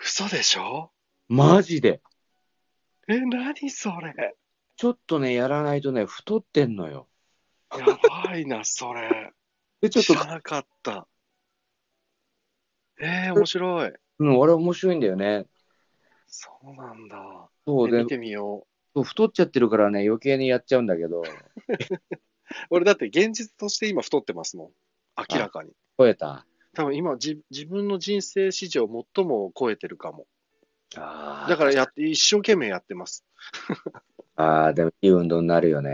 S1: 嘘でしょ
S2: マジで。
S1: え、何それ
S2: ちょっとね、やらないとね、太ってんのよ。
S1: やばいな、それ。
S2: で、ちょっ
S1: 知
S2: と、
S1: らなかった。えー、面白い。
S2: うん、あれ面白いんだよね。
S1: そうなんだ。
S2: そう
S1: え
S2: で
S1: 見、てみよ
S2: そう太っちゃってるからね、余計にやっちゃうんだけど、
S1: う。俺だって現実として今太ってますもん。明らかに。
S2: 超えた。
S1: 多分今じ、自分の人生史上最も超えてるかも。
S2: あ
S1: だからやって、一生懸命やってます。
S2: あー、でもいい運動になるよ
S1: うん。
S2: ね。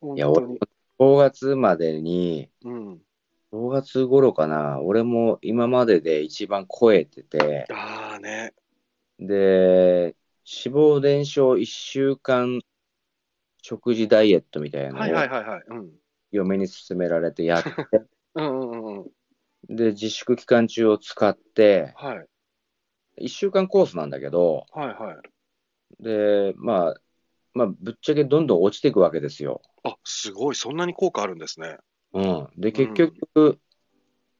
S1: 本
S2: いや、
S1: 当
S2: 俺
S1: に
S2: も。正月までに、
S1: うん。
S2: 正月頃かな、俺も今までで一番超えてて、
S1: ああね。
S2: で、脂肪燃焼1週間食事ダイエットみたいな
S1: はい
S2: の
S1: はい
S2: を
S1: はいはい。うん。
S2: 嫁に勧められてやって、
S1: うんうんうんうん。
S2: で、自粛期間中を使って、
S1: はいはい
S2: 1週間コースなんだけど、
S1: はい。
S2: で、まあ、まあ、ぶっちゃけどんどん落ちていくわけですよ。
S1: あ、すごい。そんなに効果あるんですね。
S2: うん。で、結局、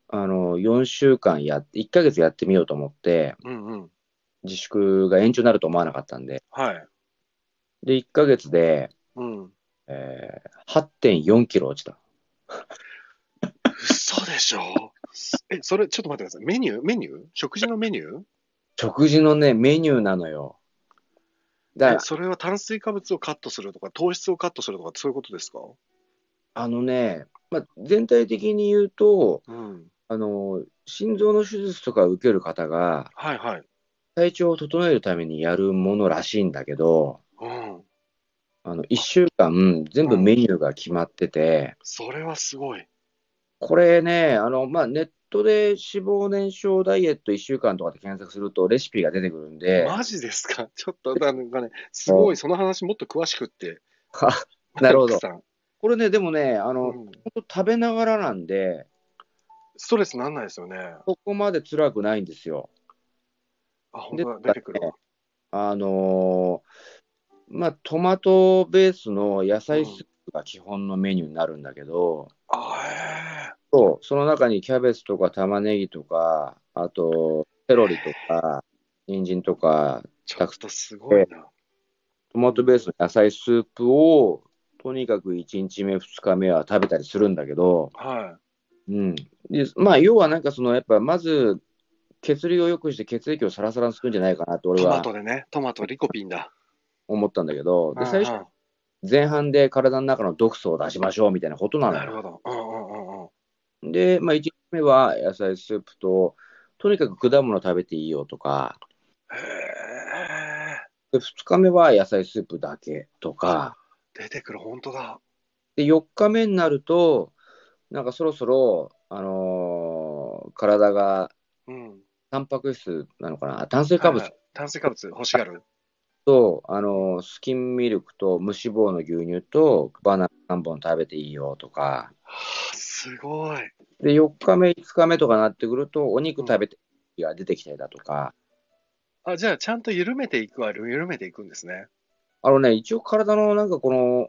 S2: あの、4週間やって、1ヶ月やってみようと思って、
S1: うんうん。
S2: 自粛が延長になると思わなかったんで、
S1: はい。
S2: で、1ヶ月で、
S1: うん。
S2: えー、8.4キロ落ちた。
S1: 嘘でしょえ、それ、ちょっと待ってください。メニューメニュー食事のメニュー
S2: 食事のね、メニューなのよ。だか
S1: え
S2: ら、
S1: それは炭水化物をカットするとか、糖質をカットするとか、そういうことですか
S2: あのね、まあ、全体的に言うと、
S1: うん。
S2: あの、心臓の手術とか受ける方が、
S1: はいはい。
S2: 体調を整えるためにやるものらしいんだけど、
S1: うん。
S2: あの、1週間、全部メニューが決まってて、
S1: それはすごい。
S2: これね、あの、まあ、ネットで脂肪燃焼ダイエット1週間とかで検索するとレシピが出てくるんで、
S1: マジですか ちょっと、なんかね、すごい、その話もっと詳しくって。
S2: なるほど
S1: 奥。さん
S2: これね、でもね、あ
S1: う
S2: の、
S1: ん
S2: 本当食べながらなんで、
S1: ストレスなんないですよね。あ、
S2: そこまで辛くないんですよ。
S1: 本当
S2: で
S1: だ、出てくるわ。
S2: あのーまあ、トマトベースの野菜スープが基本のメニューになるんだけど、
S1: あ
S2: そう、その中にキャベツとか玉ねぎとか、あと、セロリとか、人参とか、
S1: ちょっとすごいな。
S2: トマトベースの野菜スープを、とにかく1日目、2日目は食べたりするんだけど、
S1: は
S2: うん。で、まあ、要はなんかその、やっぱ、まず、血流を良くして血液をサラサラにするんじゃないかなと
S1: い。
S2: 俺
S1: トマ
S2: は
S1: トでね、トマト、リコピンだ。
S2: 思ったんだけど、で、
S1: うん
S2: 最初、
S1: うん
S2: 前半で体の中の毒素を出しましょうみたいなことなの
S1: なるほ
S2: よ。
S1: ど。うんうんうんうん。
S2: で、まあ、1日目は野菜スープと、とにかく果物食べていいよとか、
S1: へ
S2: で2日目は野菜スープだけとか、
S1: え、出てくる、本当だ。
S2: で4日目になると、なんかそろそろ、あのー体が
S1: うん。
S2: タンパク質なのかな、炭水化
S1: は
S2: 物
S1: いはい炭水化物、欲しがる。
S2: と、あのースキンミルクと無脂肪の牛乳とバナナ3本食べていいよとか、
S1: はあすごい。
S2: で4日目、5日目とかなってくると、お肉食べていいが出てきたりだとか、
S1: あ、じゃあ、ちゃんと緩めていくは、緩めていくんですね。
S2: あのね、一応体のなんかこの、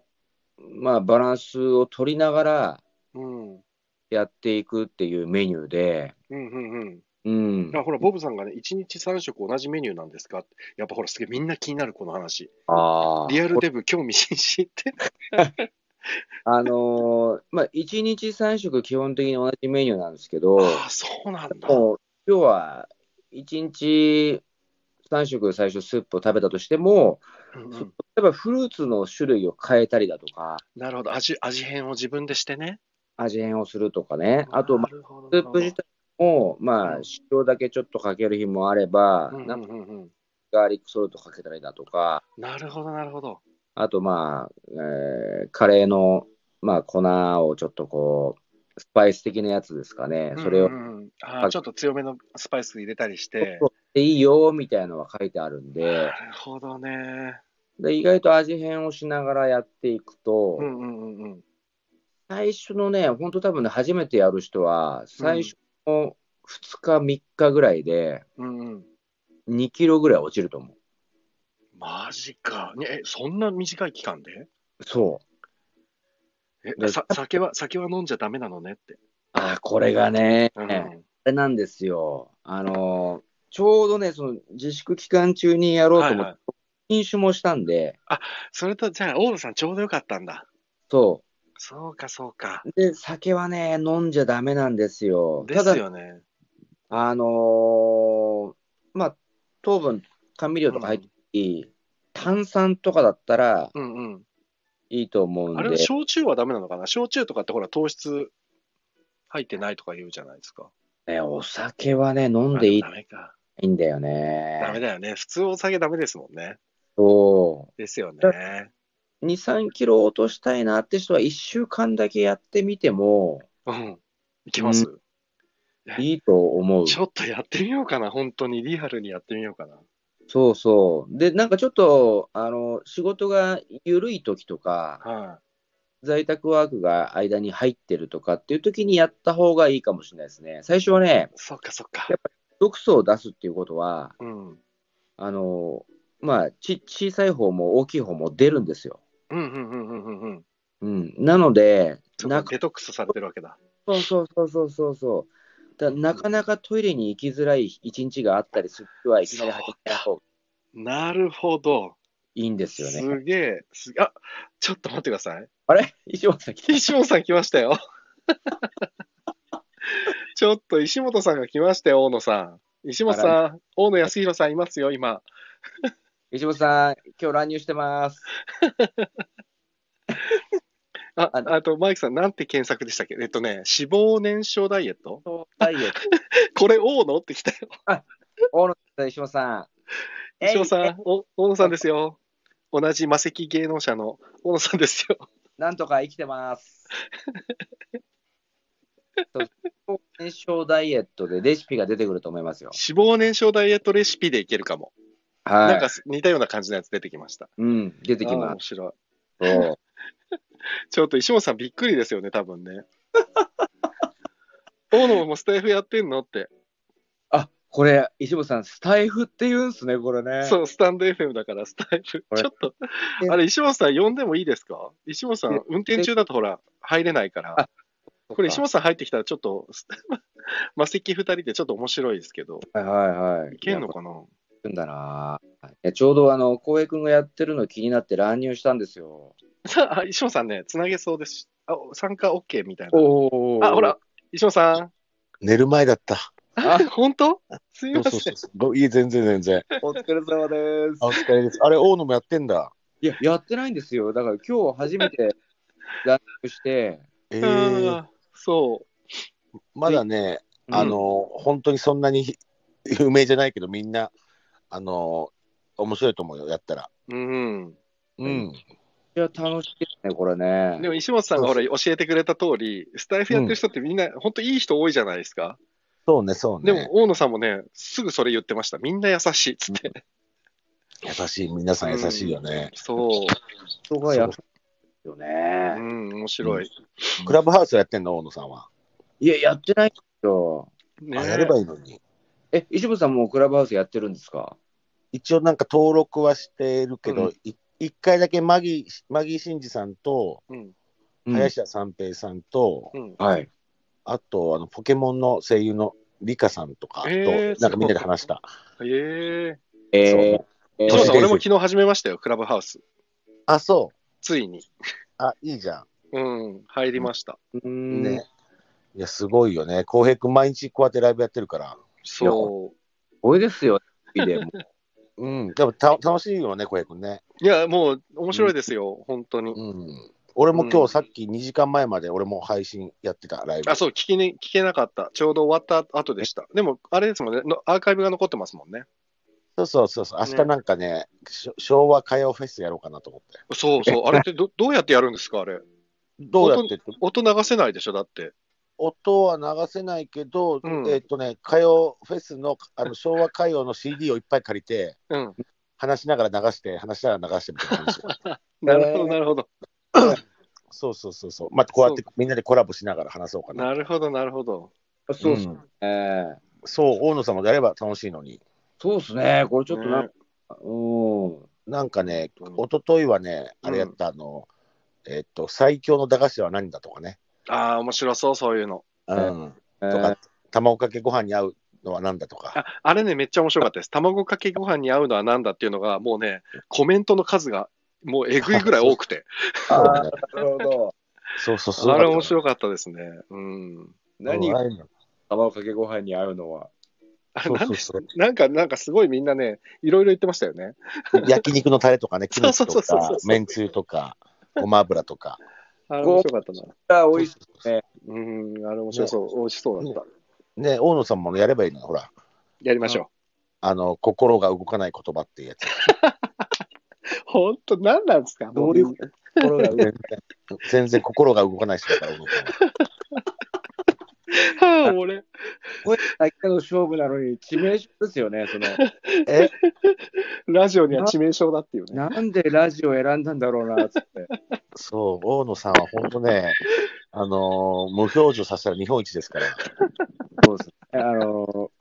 S2: まあ、バランスを取りながら
S1: うん。うん
S2: やっていくっていうメニューで、
S1: うん
S2: うん
S1: うん。あ、。ほら、ボブさんがね、1日3食同じメニューなんですかってやっぱほら、すげえ、みんな気になる、この話。
S2: あ
S1: リ
S2: ー
S1: アルデブ、興味津々って。
S2: あのーまあ、1日3食基本的に同じメニューなんですけど、
S1: ああ、そうなんだ。
S2: もう要は1日3食最初スープを食べたとしても、
S1: うんう
S2: そ
S1: ん
S2: 例えばフルーツの種類を変えたりだとか、
S1: なるほど。味、味変を自分でしてね。
S2: 味変をするとかね、あと、まあ
S1: なるほど
S2: スープ自体も、
S1: う
S2: まあ
S1: ん、
S2: 塩だけちょっとかける日もあれば、
S1: うん
S2: な
S1: うん
S2: か
S1: んうんうん。
S2: ガーリックソルトかけたりだとか、
S1: なるほど、なるほど。
S2: あとまあ、えーカレーの、まあ、粉をちょっとこう、スパイス的なやつですかね、それを
S1: うんうんうんあーちょっと強めのスパイス入れたりし
S2: ちょ
S1: て
S2: っと。でいいよみたいなのは書いてあるんで
S1: な、るほどね。
S2: で意外と味変をしながらやっていくと、
S1: うんうんうんうん。
S2: 最初のね、本当多分ね、初めてやる人は、最初の2日、3日ぐらいで、
S1: うんうん。
S2: 2キロぐらい落ちると思
S1: マジか。ね、え、そんな短い期間で
S2: う。そう。
S1: え、
S2: で
S1: さ、酒は、酒は飲んじゃダメなのねって。
S2: ああ、これがね、
S1: うん。
S2: あれなんですよ。あのーちょうどね、その自粛期間中にやろうと思って、
S1: はいはい
S2: 飲酒もしたんで、
S1: それと、じゃあ、大野さんちょうどよかったんだ。
S2: そ
S1: そうか、そうか。
S2: う。で、酒はね、飲んじゃダメなんですよ。
S1: です
S2: ただ、
S1: よね。
S2: あのーまあ、糖分、甘味料とか入っていい、炭酸とかだったら
S1: うんうん。
S2: いいと思うん
S1: あれ、
S2: で
S1: は焼酎はダメなのかな焼酎とかってほら、糖質入ってないとか言うじゃないですか。
S2: ね、お酒はね、飲んでいい
S1: あダメか。
S2: いいんだよね。
S1: ダメだよね。普通お酒ダメですもんね。
S2: そ
S1: ですよね。
S2: う。2、3キロ落としたいなって人は1週間だけやってみても
S1: うん。いけます、
S2: いいと思う。
S1: ちょっとやってみようかな。本当にリアルにやってみようかな。
S2: そうそう。で、なんかちょっと、あの、仕事が緩い時とか、
S1: は
S2: 在宅ワークが間に入ってるとかっていう時にやった方がいいかもしれないですね。最初はね
S1: い、、そっかそっか
S2: や。っ毒素を出すっていうことは、
S1: うん。うん
S2: あの、まあ、ち、小さい方も大きい方も出るんですよ。
S1: うんうんうんうんうん。
S2: うん。なので、
S1: そっ
S2: な
S1: か
S2: か
S1: デトックスされてるわけだ。
S2: そうそうそうそうそうそう。だなかなかトイレに行きづらい一日があったりする人はいきなり入ってない方が
S1: なるほど。
S2: いいんですよね。
S1: すげえ。すあちょっと待ってください。
S2: あれ 石本さん来て
S1: 石本さん来ました よ。ちょっと石本さんが来ましたよ、大野さん。石本
S2: あ
S1: さん、大野康弘さんいますよ、今。
S2: 石本さん、今日乱入してます。
S1: あ、
S2: あ
S1: あと、マイクさん、なんて検索でしたっけえっとね、脂肪燃焼ダイエット
S2: ダイエット。
S1: これ、大野って来たよ。
S2: 大野さん、石本さん。
S1: 石本さ
S2: えいえ
S1: ん、お大野さんですよ。同じ魔石芸能者の大野さんです よ。
S2: なんとか生きて ます。そう燃焼ダイエットでレシピが出てくると思いますよ。
S1: 脂肪燃焼ダイエットレシピでいけるかも。
S2: はい。
S1: なんか似たような感じのやつ出てきました。
S2: うん、出てき
S1: あー
S2: ま
S1: 面白い。
S2: す。そう
S1: ちょっと石本さんびっくりですよね、多分ね。大野もスタイフやってんのって。
S2: あ、これ、石本さん、スタイフって言うんすね、これね。
S1: そう、スタンド FM だから、スタイフ。
S2: これ
S1: ちょっと
S2: え、
S1: あれ、石本さん呼んでもいいですか石本さ
S2: え
S1: ん、運転中だとほら、入れないから
S2: あ。
S1: これ、石本さん入ってきたら、ちょっと、 すマセキ2人でちょっと面白いですけど、
S2: はいはいはい。
S1: いけんのかな
S2: 行くんだなぁ。いやちょうどあの浩平君がやってるの気になって乱入したんですよ。
S1: さあ、石本さんね、つなげそうです。あ、参加 OK みたいな。
S2: お
S1: あ、ほら。、石本さん。
S3: 寝る前だった。
S1: あ、本当すい
S3: そう
S1: ま
S3: そう
S1: せ
S3: そ
S1: ん
S3: う。そう。いい、全然全然。
S2: お疲れ様です
S3: あ、お疲れです。あれ、大野もやってんだ。
S2: いや、やってないんですよ。だから今日初 めて乱入して、
S3: え
S1: う
S3: ー、
S1: んそう。
S3: まだね、
S2: うん
S3: あの、本当にそんなに 有名じゃないけど、みんな、あの、面白いと思うよ、やったら。
S1: うん。
S3: うん。
S2: いや、楽しいですね、これね。
S1: でも石本さんがほら教えてくれた通り、スタイフやってる人ってみんな、本当いい人多いじゃないですか。
S3: そうね、そうね。
S1: でも大野さんもね、すぐそれ言ってました。みんな優しいっつって。
S3: 優しい、皆さん優しいよね。
S1: そう。
S2: 人がやるんですよ
S1: う
S2: ね。
S1: ん、面白い。
S3: クラブハウスやってんの、大野さんは。
S2: いや、やってないんですよ。
S1: ね
S3: あ、やればいいのに。
S2: え、石本さんもうクラブハウスやってるんですか
S3: 一応なんか登録はしてるけ
S1: う
S3: ど、い一、回だけマギー、マギー真二さんと、
S1: うん、
S3: 林田三平さんと、
S1: うん。
S2: はい。
S3: あと、あの、ポケモンの声優のリカさんとかと、
S1: えー
S3: なんかみんなで話した。
S1: ええ
S2: えー
S3: そう
S2: えー
S1: 石本さん、
S3: えー
S1: 俺も昨日始めましたよ、クラブハウス。
S3: あ、そう。
S1: ついに。
S3: あ、いいじゃ
S1: うん、入りました。
S2: うー
S3: ん。
S2: ん
S3: ね。いや、すごいよね。浩平君、毎日こうやってライブやってるから。
S1: そ
S2: 多いですよ。でも
S3: うん。でもた、楽しいよね、浩平君ね。
S1: う。いや、もう面白いですよ、本当に。
S3: うん。俺も今
S1: うん
S3: 日さっき2時間前まで俺も配信やってた、ライブ。
S1: あ、そう、聞きに、聞けなかった。ちょうど終わった後でした。でも、あれですもんね、のアーカイブが残ってますもんね。
S3: そうそうそうそう。明日なんかねしょ昭和歌謡フェスやろうかなと思って。
S1: そうそう、あれってどどうやってやるんですか、あれ。
S3: どうやってって
S1: 音流せないでしょ、だって。
S3: 音は流せないけど、
S1: うん
S3: えっ、とね、歌謡フェスのあの昭和歌謡の CD をいっぱい借りて、
S1: うん。
S3: 話しながら流して、話しながら流してみたいな感じ。
S1: なるほど、なるほど。
S3: そうそうそうそう。まあ、こうやってみんなでコラボしながら話そうかな。
S1: なるほど、なるほど。
S2: そうっす
S3: うん
S2: ね。
S3: そう、大野さんもやれば楽しいのに。
S2: そうですね、これちょっとなん
S1: ね
S2: か、うん、
S3: なんかね、
S1: うん
S3: 一昨日はね、あれやった、あの、えっと、最強の駄菓子は何だとかね。
S1: ああ、面白そう、そういうの。
S3: うん。
S2: え
S3: とか
S2: ー、
S3: 卵かけご飯に合うのはなんだとか。
S1: ああれね、めっちゃ面白かったです。卵かけご飯に合うのはなんだっていうのが、もうね、コメントの数がもうえぐいぐらい多くて、
S2: ああ、なるほど。
S3: そう そうそう。
S1: あれ面白かったですね。うん。
S2: 何
S3: うん
S2: が
S3: ああいうの
S2: 卵かけご飯に合うのは。
S1: あれ
S3: そう
S1: なん
S3: そう
S1: で
S3: そう。
S1: なんか、なんかすごいみんなね、いろいろ言ってましたよね。
S3: 焼肉のタレとかね、キム チ
S1: そう
S3: と
S1: そうそうそ
S3: か
S1: う、
S3: めんつゆとか、ごま油とか。
S1: あれ面白かったな。
S2: あ、美味しい。
S1: うん、あれ面白そう、美味しそうだった。
S3: ね、大野さんもやればいいのよほら。
S1: やりましょ
S3: あの、心が動かない言葉っていうやつ。
S1: う。本当、何なんですか
S2: どういう
S1: も
S2: 心が動く
S3: 全然全然心が動かない人だから、大野さんは
S1: はあ俺、
S2: 声だけの勝負なのに、致命傷ですよね。その、
S3: え
S1: ラジオには致命傷だっていうね。
S2: なんでラジオ選んだんだろうな、つって。
S3: そう、大野さんは本当ね、あのー無表情させたら日本一ですから。
S2: そうですね。あの、そ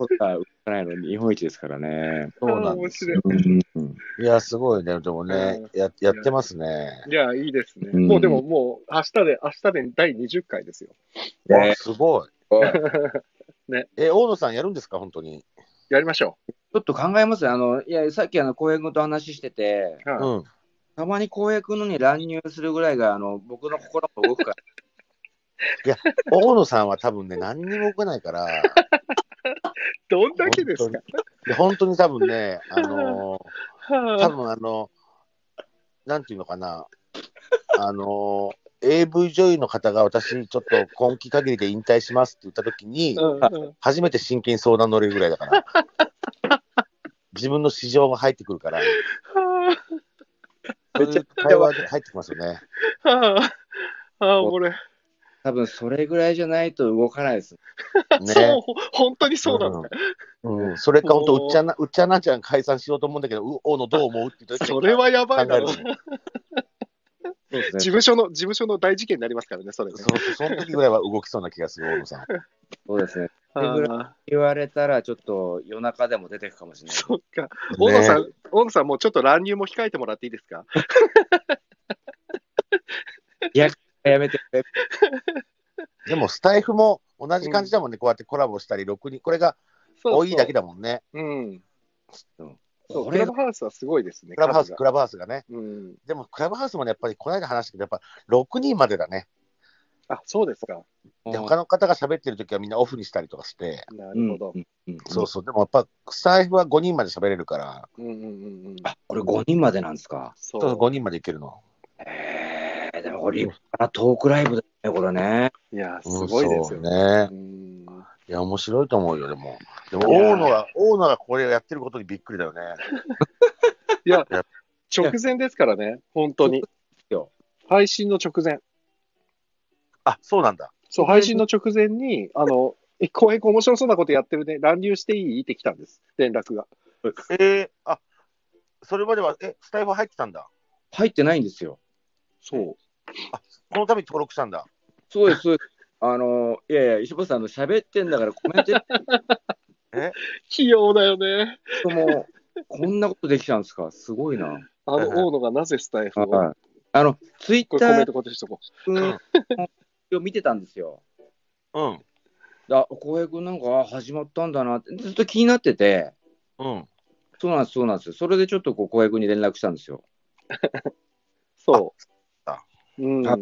S2: うか、動かないの日本一ですからね。
S3: そうなんです。
S1: ああ面白い
S2: うん
S3: いや、すごいね。でもね、ややってますね。
S1: いや、いいですね。
S2: うん
S1: もうでも、もう、明日で、明日で第20回ですよ。
S2: ね
S3: あすごい。え、大野さんやるんですか、本当に。
S1: やりましょ
S2: ちょっと考えますねあの、いや、さっきあの、浩平君と話してて、
S1: う。はい
S3: うん。
S2: たまに浩平君のに乱入するぐらいが、あの、僕の心も動く から。
S3: 大野さんは多分ね、何にも動かない から、
S1: どんだけですか
S3: で本当に多分ね、あ のー多
S1: はあ
S3: 分あの、なんていうのかな、あのー AV 女優の方が私、ちょっと今期限りで引退しますって言ったときに、
S1: うんうん
S3: 初めて真剣に相談乗れるぐらいだから。自分の市場が入ってくるから、
S1: は
S3: めっちゃ会話で入ってきますよね。
S1: あはあああ、俺、
S2: 多分それぐらいじゃないと動かないです。
S1: そう
S3: ね。、
S1: ほ本当にそうなんだ。
S3: うん、それか本当、うっちゃな、うっちゃなちゃん解散しようと思うんだけど、う、大野どう思うって言った時に
S1: それはやばい
S3: 考
S1: だ
S3: え
S1: ろ
S3: る
S1: う。
S3: ね。
S2: そうです
S1: 事務所の、事務所の大事件になりますからね、それね。
S3: そうそう、その時ぐらいは動きそうな気がする、大野さん。
S2: そうですね。
S1: ああ
S2: 言われたら、ちょっと夜中でも出てくかもしれない。
S1: そっか。大野さん
S3: ね、
S1: 大野さん、もうちょっと乱入も控えてもらっていいですか
S2: やめてくれ。
S3: でも、スタイフも同じ感じだもんね、こうやってコラボしたり、6人、これが
S1: そう
S3: 多いだけ
S1: だ。
S3: だもんね。
S1: うん。そう、
S2: こ
S1: ク
S2: れ
S1: ラ
S2: が
S1: ブハウスはすごいですね。
S3: クラブハウス、
S1: 数が
S3: クラブハウスがね。
S1: うん。
S3: でも、クラブハウスもね、やっぱりこの間話したけど、やっぱ6人までだね。
S1: あ、そうですか。
S3: で、他の方が喋ってる時はみんなオフにしたりとかして。
S1: な
S2: う
S1: る
S2: ん
S1: ほど。
S2: うんうん
S3: そうそう、でもやっぱ、スタイフは5人まで喋れるから、
S1: うんうんうんうん。
S2: あ、これ5人までなんですか。
S1: そ
S3: そう5人までいけるの。
S2: えー、でもこれ立派なトークライブだよね、これね。
S1: いや、すごいですよ
S3: うん。そうね。
S1: うん
S3: いや、面白いと思うよ、でも。でも、
S1: いやー
S3: 大野は、大野がこれをやってることにびっくりだよね。
S1: いや、直前ですからね、本当に
S2: よ。
S1: 配信の直前。
S3: あ、そうなんだ。
S1: そう、配信の直前に、あの、え、浩平君面白そうなことやってるね、乱入していいって来たんです、連絡が。
S3: えー、あ、それまでは、え、スタイフ入ってたんだ。
S2: 入ってないんですよ。
S1: そう。
S3: このために登録したんだ。
S2: そうです、 そうです。あの、いやいや、石破さん、あの喋ってんだからコメント
S1: 器用だよね。
S2: も、こんなことできたんですか。すごいな。
S1: あ
S3: はい
S1: の、
S3: はい
S1: 大野がなぜスタイフを。
S2: はい。あの、ツイ
S1: こ
S2: ッ
S1: れコメン
S2: タ
S1: トこっちにしとこ
S2: ーを見てたんですよ。
S3: うん。
S2: あ、浩平君なんかあ始まったんだなって、ずっと気になってて、
S3: うん。
S2: そうなんです、そうなんです。それでちょっとこう浩平君に連絡したんですよ。
S1: う。そう
S3: あ。
S1: うん。
S2: あ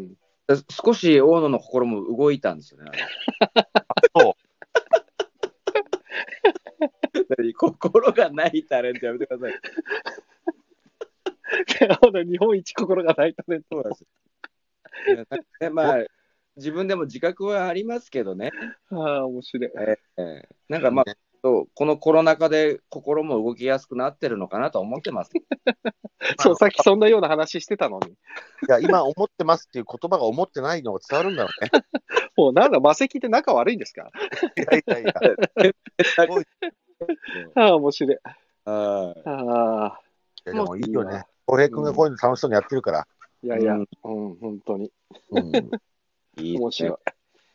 S2: だ少し大野の心も動いたんですよね。
S3: そう
S2: 心がないタレントやめてください。
S1: ほら、日本一心がないタレント
S2: そうなんですいやなねまあ、自分でも自覚はありますけどね。
S1: ああ、面白い。
S2: ええなんかまあ、そうこのコロナ禍で心も動きやすくなってるのかなと思っ てます。
S1: そう、さっきそんなような話してたのに。
S3: いや、今思ってますっていう言葉が思ってないのが伝わるんだろ うね。
S1: もうなんだ、魔石って仲悪いんですか
S3: いやいやいや。
S1: ああ、面白い。
S2: あ
S1: ああ、
S3: いやでもいいよね。小平君がこういうの楽しそうにやってるから。
S1: いやいや、
S2: う
S1: うんん、本当に。
S3: うん。
S2: あいい
S1: 面
S2: ですね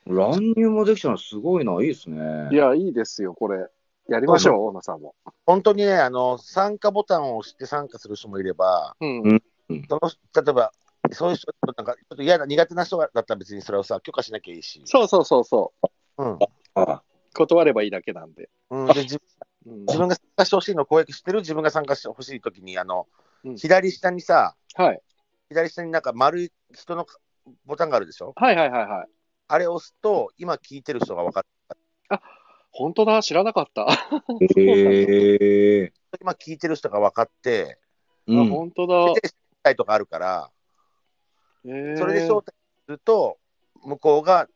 S1: 白。
S2: 乱入もできたのすごいな、いいですね。
S1: い。いや、いいですよ、これ。やりましょう、大野さんも。
S3: 本当にね、あの、参加ボタンを押して参加する人もいれば、
S1: うん。
S2: うん
S3: その人例えば、そういう人、なんか、ちょっと嫌な、苦手な人だったら別にそれをさ、許可しなきゃいいし。
S1: そうそうそうそ
S3: うん。
S2: あ
S1: 断ればいいだけなんで。
S3: うん、で自
S1: うん
S3: 自分が参加してほしいの公約してる自分が参加してほしいときにあの、
S1: うん
S3: 左下にさ
S1: はい。
S3: 左下になんか丸い人のボタンがあるでしょ
S1: はいはいはいはい。
S3: あれを押すと今聞いてる人が分かる
S1: 本当だ、知らなかった。あ
S2: へえ。
S3: 今聞いてる人が分かって
S2: う ん。
S1: 本当だ。
S3: 招待とかあるから
S1: えー、
S3: それで招待すると向こうが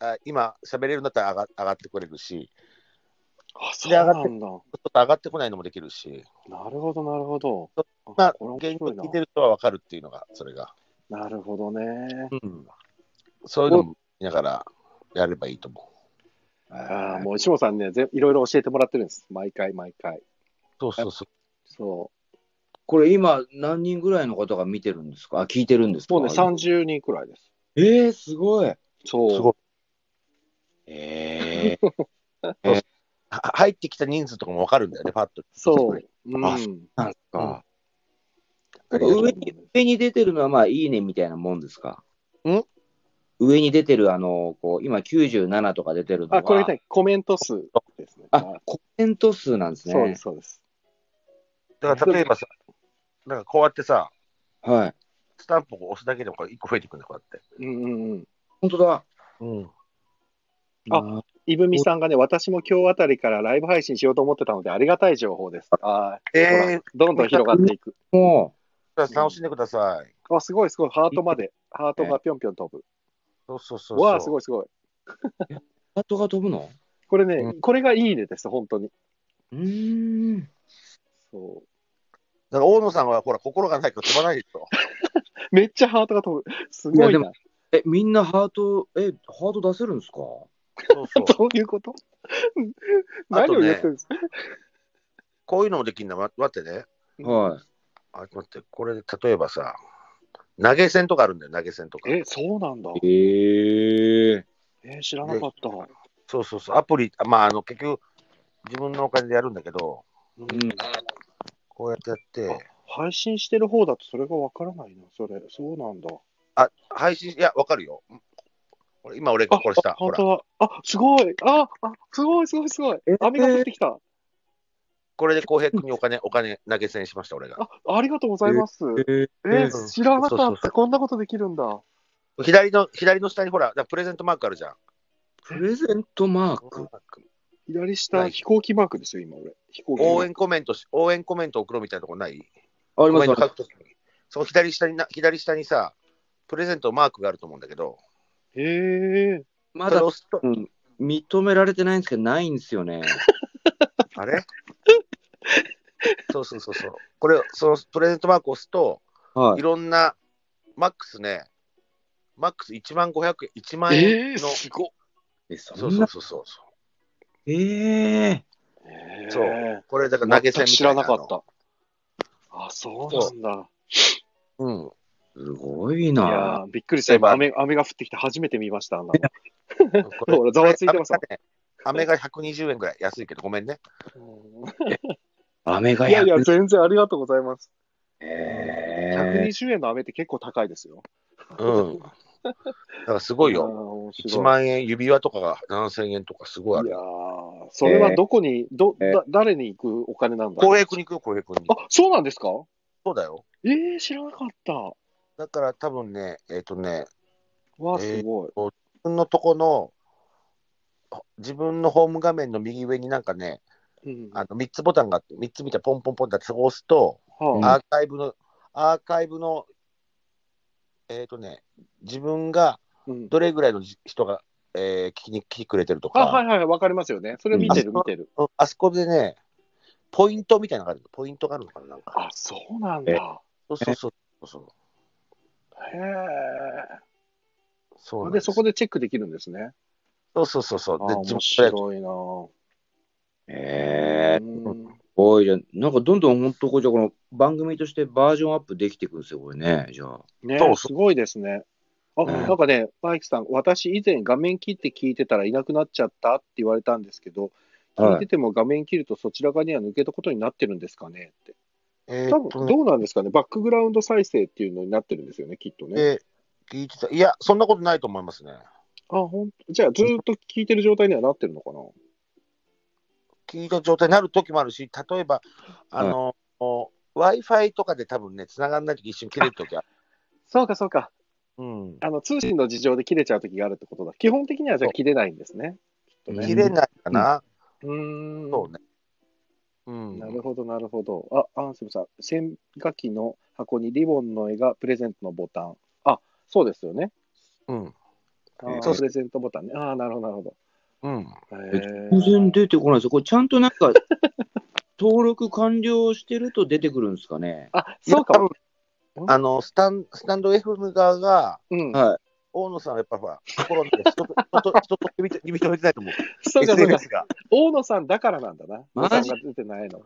S3: あ今喋れるんだったら上が上がってくれるし
S1: あ、そうなんだ。
S3: ちょっと上がってこないのもできるし、
S1: なるほど、なるほど。
S3: まあ
S1: これ、面
S3: 言語
S1: 白
S3: 聞い
S1: い
S3: てる人は分かるっていうのがそれが、
S1: な。なるほどね。
S3: うん、そういうのも見ながらやればいいと思う。
S1: ああ、もう石本さんねぜ、いろいろ教えてもらってるんです。毎回毎回。
S3: そうそうそう
S1: そ
S2: これ今、何人ぐらいの方が見てるんですかあ聞いてるんです
S1: う。
S2: か
S1: もうね、30人くらいです。
S2: えー、すごい。
S1: そう。
S3: すごい
S2: え
S3: は入ってきた人数とかも分かるんだよね、パッと。
S1: そう。うん。
S2: あなんすか。
S3: ありがとう
S2: 上に上に出てるのは、まあ、いいねみたいなもんですか。
S3: ん
S2: 上に出てる、あの、こう、今97とか出てるのは、
S1: あ、これね、コメント数ですね。
S2: あコメント数なんですね。
S1: そうです、そうです。
S3: だから例えばさ、なんかこうやってさ、
S2: はい。
S3: スタンプを押すだけでもこれ1個増えてくるんだ、こうやって。
S1: うんうんうん。
S2: 本当だ。
S3: うん、
S2: あ、
S1: いぶみさんがね、私も今日あたりからライブ配信しようと思ってたので、ありがたい情報です。あー
S3: え
S1: ほらどんどん広がっていく。
S2: も
S3: ー、楽しんでください。
S1: あ、すごいすごい。ハートまで。ハートがぴょんぴょん飛ぶ。
S3: そうそうそうそう。
S1: わあ、す
S3: い。
S1: ごいすごい。
S2: う、ハートが飛ぶの
S1: これね、
S3: う
S1: これがいいねです、本当に。
S2: うーん。
S1: そう。
S3: だから大野さんはほら、心がないから飛ばないでしょ。
S1: めっちゃハートが飛ぶ。すご
S2: いや
S1: い
S2: で
S1: な。
S2: もえ、みんなハート、え、ハート出せるんですか
S3: そうそう。
S1: どういうこと何を言ってるんですか、
S3: こういうのもできるんだ。ま待ってね。
S2: は
S3: あ待って、これで例えばさ、投げ銭とかあるんだよ、投げ銭とか。
S1: え、そうなんだ。
S2: い。へえ。
S1: えー知らなかった。
S3: そうそうそう。アプリ、まあ、あの、結局、自分のお金でやるんだけど、
S1: うん
S2: うん。
S3: こうやってやって、
S1: 配信してる方だとそれがわからないな、それ。そうなんだ。
S3: あ、配信、いや、わかるよ。これ今俺がこれした。
S1: あ
S3: ほ
S1: 本
S3: ら、
S1: 当だ。あ、すごい。あ、あ、すごい、すごい、すごい
S2: え。
S1: 網が降ってきた。
S3: これで浩平君にお金、お金投げ銭しました、俺が。
S1: あ、ありがとうございます。
S2: え
S1: え
S3: うん
S1: ー、知らな
S3: そう
S1: か
S3: そう
S1: っ
S3: そ
S1: た。こんなことできるんだ。
S3: 左の、左の下にほら、だからプレゼントマークあるじゃん。
S2: プレゼントマーク。
S1: 左
S3: な
S1: 下、
S3: い
S1: 飛行機マークですよ、今俺。飛行機マーク
S3: 応援コメントし、応援コメント送ろうみたいなとこない
S2: あ
S3: コ
S2: りま
S3: メン
S2: す
S3: ト
S2: か
S3: 書くときに。その左下にな、左下にさ、プレゼントマークがあると思うんだけど、
S1: へえ。
S2: ま
S3: そ
S2: だ
S3: れ、押すと、
S2: うん認められてないんですけど、ないんですよね。
S3: あれそうそうそうそう。これ、そのプレゼントマークを押すと、
S2: はい
S3: ろんな、マックスね、マックス1万500円、1万
S1: え
S3: 円
S1: ー、
S3: の、
S1: すごい。
S2: い。え、
S3: そ
S2: そう
S3: そうそうそう。
S2: ええ
S1: へー
S3: そうこれだから投げ
S1: 全
S3: 銭
S1: く
S3: み
S1: 知
S3: た
S1: ら
S3: いな
S1: な
S3: の
S1: かった。あ、そうなんだ。
S3: うん。
S2: すごい
S1: い
S2: な。
S1: やーびっくりした。今
S3: 例えば
S1: 雨、雨が降ってきて初めて見ました。あんなの
S3: こ れ
S1: ほらざわついてますもん
S3: 飴がね、飴が120円ぐらい安いけど、ごめんね。
S2: 雨が
S1: いやいや、
S2: 100
S1: 全然ありがとうございます。
S2: ええ
S1: 120円の飴って結構高いですよ。
S3: うん。だからすごいよ。
S1: よ
S3: 1万円、指輪とかが7000円とかすごいあ
S1: い
S3: る
S1: やー
S3: よ。
S1: それはどこに、ど、
S2: えー
S1: だ、誰に行くお金なんだ
S3: 浩平君に行くよ、浩平君に。
S1: あ、そうなんですか
S3: そうだよ。
S1: えー、知らなかった。
S3: だから多分ね、えっ、とね、
S1: わあ、
S3: えー
S1: すごい。
S3: 自分のとこの、自分のホーム画面の右上になんかね、
S1: うん
S3: あの3つボタンがあって、3つみたいなポンポンポンってそこ押すと、
S1: はい
S3: アーカイブの、アーカイブの、えっ、とね、自分が
S1: うん
S3: どれぐらいのじ人が、えー聞きに来てくれてるとか、
S1: あ、はいはいはい、わかりますよね。それ見てる、
S3: うん
S1: 見てる。
S3: うんあそこでね、ポイントみたいなのがあるの。ポイントがあるのかななんか。
S1: あ、そうなんだ。
S3: そうそうそうそう。
S1: へ
S3: そうな
S1: え。
S3: ん
S1: で、
S3: です
S1: そこでチェックできるんですね。
S3: そうそうそうそう。
S1: あ
S3: で、
S1: ー、
S3: 自
S1: 面
S3: 分
S1: 白いなぁ。
S2: ええ
S1: うん
S2: おいじゃあなんかどんどん本当こうじゃあこの番組としてバージョンアップできていくんですよこれねじゃあ
S1: ね
S3: そうそ
S1: すごいですね。あ、
S2: ね
S1: なんかね、マイクさん、私以前画面切って聞いてたらいなくなっちゃったって言われたんですけど、
S2: はい
S1: 聞いてても画面切るとそちら側には抜けたことになってるんですかねって。
S3: え
S1: 多
S3: ーっと
S1: 分
S3: ね
S1: どうなんですかね、バックグラウンド再生っていうのになってるんですよね、きっとね。
S3: えー聞いてた。いや、そんなことないと思いますね。
S1: あ、ほんとじゃあずーっと聞いてる状態にはなってるのかな。
S3: きの状態になる時もあるし、例えば、あの、Wi-Fi とかで多分ね、繋がんない時一瞬切れる時ある。
S1: そうか、そうか。
S3: うん。
S1: あの、通信の事情で切れちゃう時があるってことだ。基本的にはじゃあ切れないんですね。きっとね
S3: 切れないかな。
S1: うーん。
S3: そうね。うん。
S1: なるほど、なるほど。あ、アンセムさん、線画機の箱にリボンの絵がプレゼントのボタン。あ、そうですよね。
S3: うん。
S1: あー
S3: そうです
S1: プレゼントボタンね。ああ、なるほど、なるほど。
S3: うん。
S1: へー
S2: 全然出てこないですよ。これちゃんとなんか、 登録完了してると出てくるんですかね。
S1: あ、そうかも。
S3: 多分あの、スタン、スタンド FM 側が、
S1: うん。
S2: は
S3: 大野さんはやっぱほら、コロナで 人と、人と、人と認めて認めてないと思う。
S1: そうか、そうか。
S3: SNS が。
S1: 大野さんだからなんだな。
S2: マジ
S1: 大野さんが出てないのは。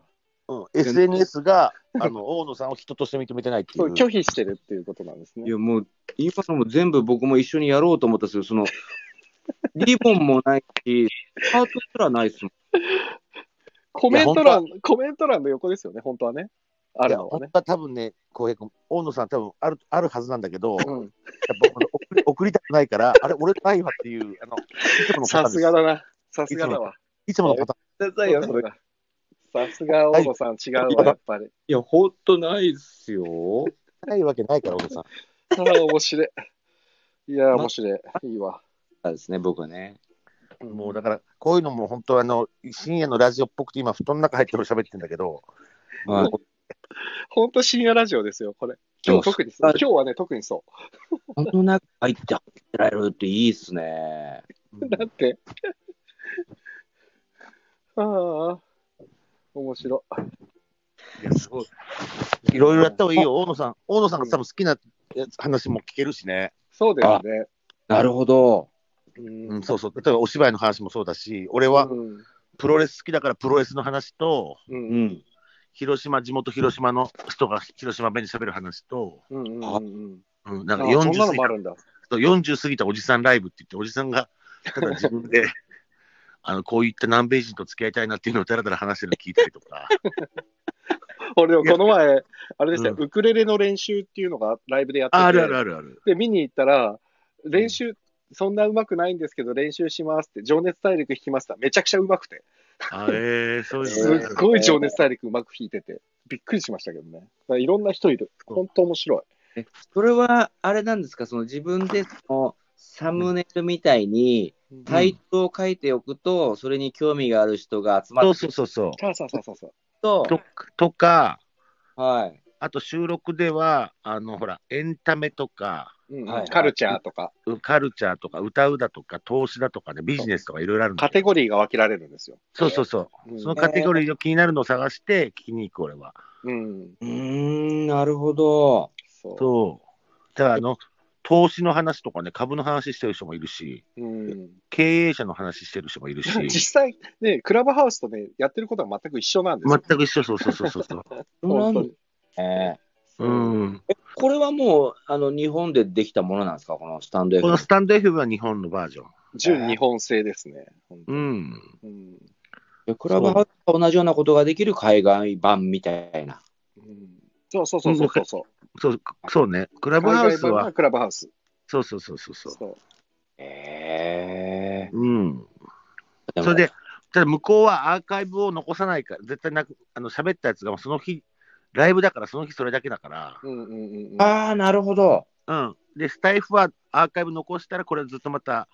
S3: うん。SNS が、あの、大野さんを人として認めてないってい。
S1: そうう、拒否してるっていうことなんです
S2: い。
S1: ね
S2: い。や、もう、今のも全部僕も一緒にやろうと思ったんですけど、その、 リボンもないし、ハートすらないですもん。
S1: コメント欄、コメント欄の横ですよね、本当はね。あ
S3: い
S1: る
S3: や
S1: のは
S3: 本
S1: ね。
S3: 当は多分ね、浩平君、大野さん、多分あるあるはずなんだけど、やっ ぱ
S1: うん。
S3: この送り送りたくないから、あれ、俺ないわっていう、あのいつものパター
S1: さ
S3: ン
S1: す
S3: で
S1: が
S3: す。
S1: だな。さすがだわ。
S3: いつものパタ
S1: そ
S2: だ
S1: うだそうださすが大野さん、違うわ、やっぱり。
S2: いや、ほんとないっすよ。
S3: ーンないわけないから、大野さん。
S1: ああ、面白い。いやー、面白い。いいわ。
S2: そうですね、僕はね。
S3: もうだから、こういうのも本当あの、深夜のラジオっぽくて、今、布団の中入って俺喋ってるんだけど、
S2: はい
S1: 本当深夜ラジオですよ、これ。今日特にそう。今日はね、特にそ
S2: この中入って入ってられるっていいっすね。
S1: う。だって。 ああ、面白い。
S3: いやすごいいろいろやった方がいいよ、大野さん。大野さんが多分好きなやつ話も聞けるしね、
S1: そうですね。
S2: なるほど。
S1: うん
S3: うん、そうそう、例えばお芝居の話もそうだし、俺は
S1: うん
S3: プロレス好きだから、プロレスの話と、
S1: う
S2: うんん。
S3: 広島、地元広島の人が広島弁で喋る話と、
S1: うんうんうん
S3: うん、
S1: う
S3: なん
S1: ん。
S3: か
S1: あそんな
S3: 40
S1: の
S3: 過ぎ
S1: もあ
S3: た
S1: るんだ。
S3: 40過ぎたおじさんライブって言って、おじさん がただ自分であのこういった南米人と付き合いたいなっていうのをだらだら話してるの聞いたりとか、
S1: 俺、この前、あれでしたよ、
S3: う
S1: ウクレレの練習っていうのがライブでやってて、
S3: ああるあるあるある。
S1: で、見に行ったら、練習、そんな上手くないんですけど、練習しますって、情熱大陸弾きました。めちゃくちゃ上手くて。
S3: あえー、そうい
S1: す
S3: うのね
S1: っごい情熱大陸うまく弾いてて、びっくりしましたけどね。だからいろんな人いる。ほんと面白い。
S2: それは、あれなんですか、その自分でそのサムネイルみたいに、
S1: うん
S2: タイトルを書いておくと、それに興味がある人が集ま
S3: そ
S2: っ
S3: う
S2: てく
S3: そう
S2: る
S3: そうそう。
S1: そうそうそうそう。
S2: と、
S3: ととか、
S2: はい。
S3: あと収録では、あのほら、エンタメとか、
S1: うん
S2: はい
S1: カルチャーとか、
S3: うカルチャーとか、歌うだとか、投資だとかね、ビジネスとかいろいろあるんだ
S1: カテゴリーが分けられるんですよ。
S3: そうそうそうう。
S1: ん
S3: そのカテゴリーの気になるのを探して聞きに行く、俺は。
S1: うん。
S2: うーん、なるほど。
S1: そ
S3: そう。だからあの、投資の話とかね、株の話してる人もいるし、
S1: う。うん、
S3: 経営者の話してる人もいる
S1: 実
S3: し、
S1: 際、ね、クラブハウスとね、やってることは全く一緒なんですよ。
S3: 全く一緒、そうそう そうそうそう。
S1: 本当に。
S2: え
S1: そうう。
S3: ん。
S2: ーこれはもうあの日本でできたものなんですか、このスタンド F
S3: このスタンド F は日本のバージョン。
S1: 純日本製ですね。本当
S3: う
S1: に
S3: ん。
S1: うん
S2: クラブハウスと同じようなことができる海外版みたいな。
S1: うんそうそうそうそうそうそう。
S3: そう、そうね。クラブハウス
S1: 海外版
S3: は、
S1: クラブハウス。
S3: そうそうそうそうそう。
S1: そう
S2: え
S3: うん。
S2: ー、
S3: それで、ただ向こうはアーカイブを残さないから、絶対なく、あの喋ったやつがもうその日、ライブだから、その日それだけだか
S1: うんうんうんうん。
S2: ああ、なるほど。
S3: ら、うん。で、スタイフはアーカイブ残したら、これずっとまた、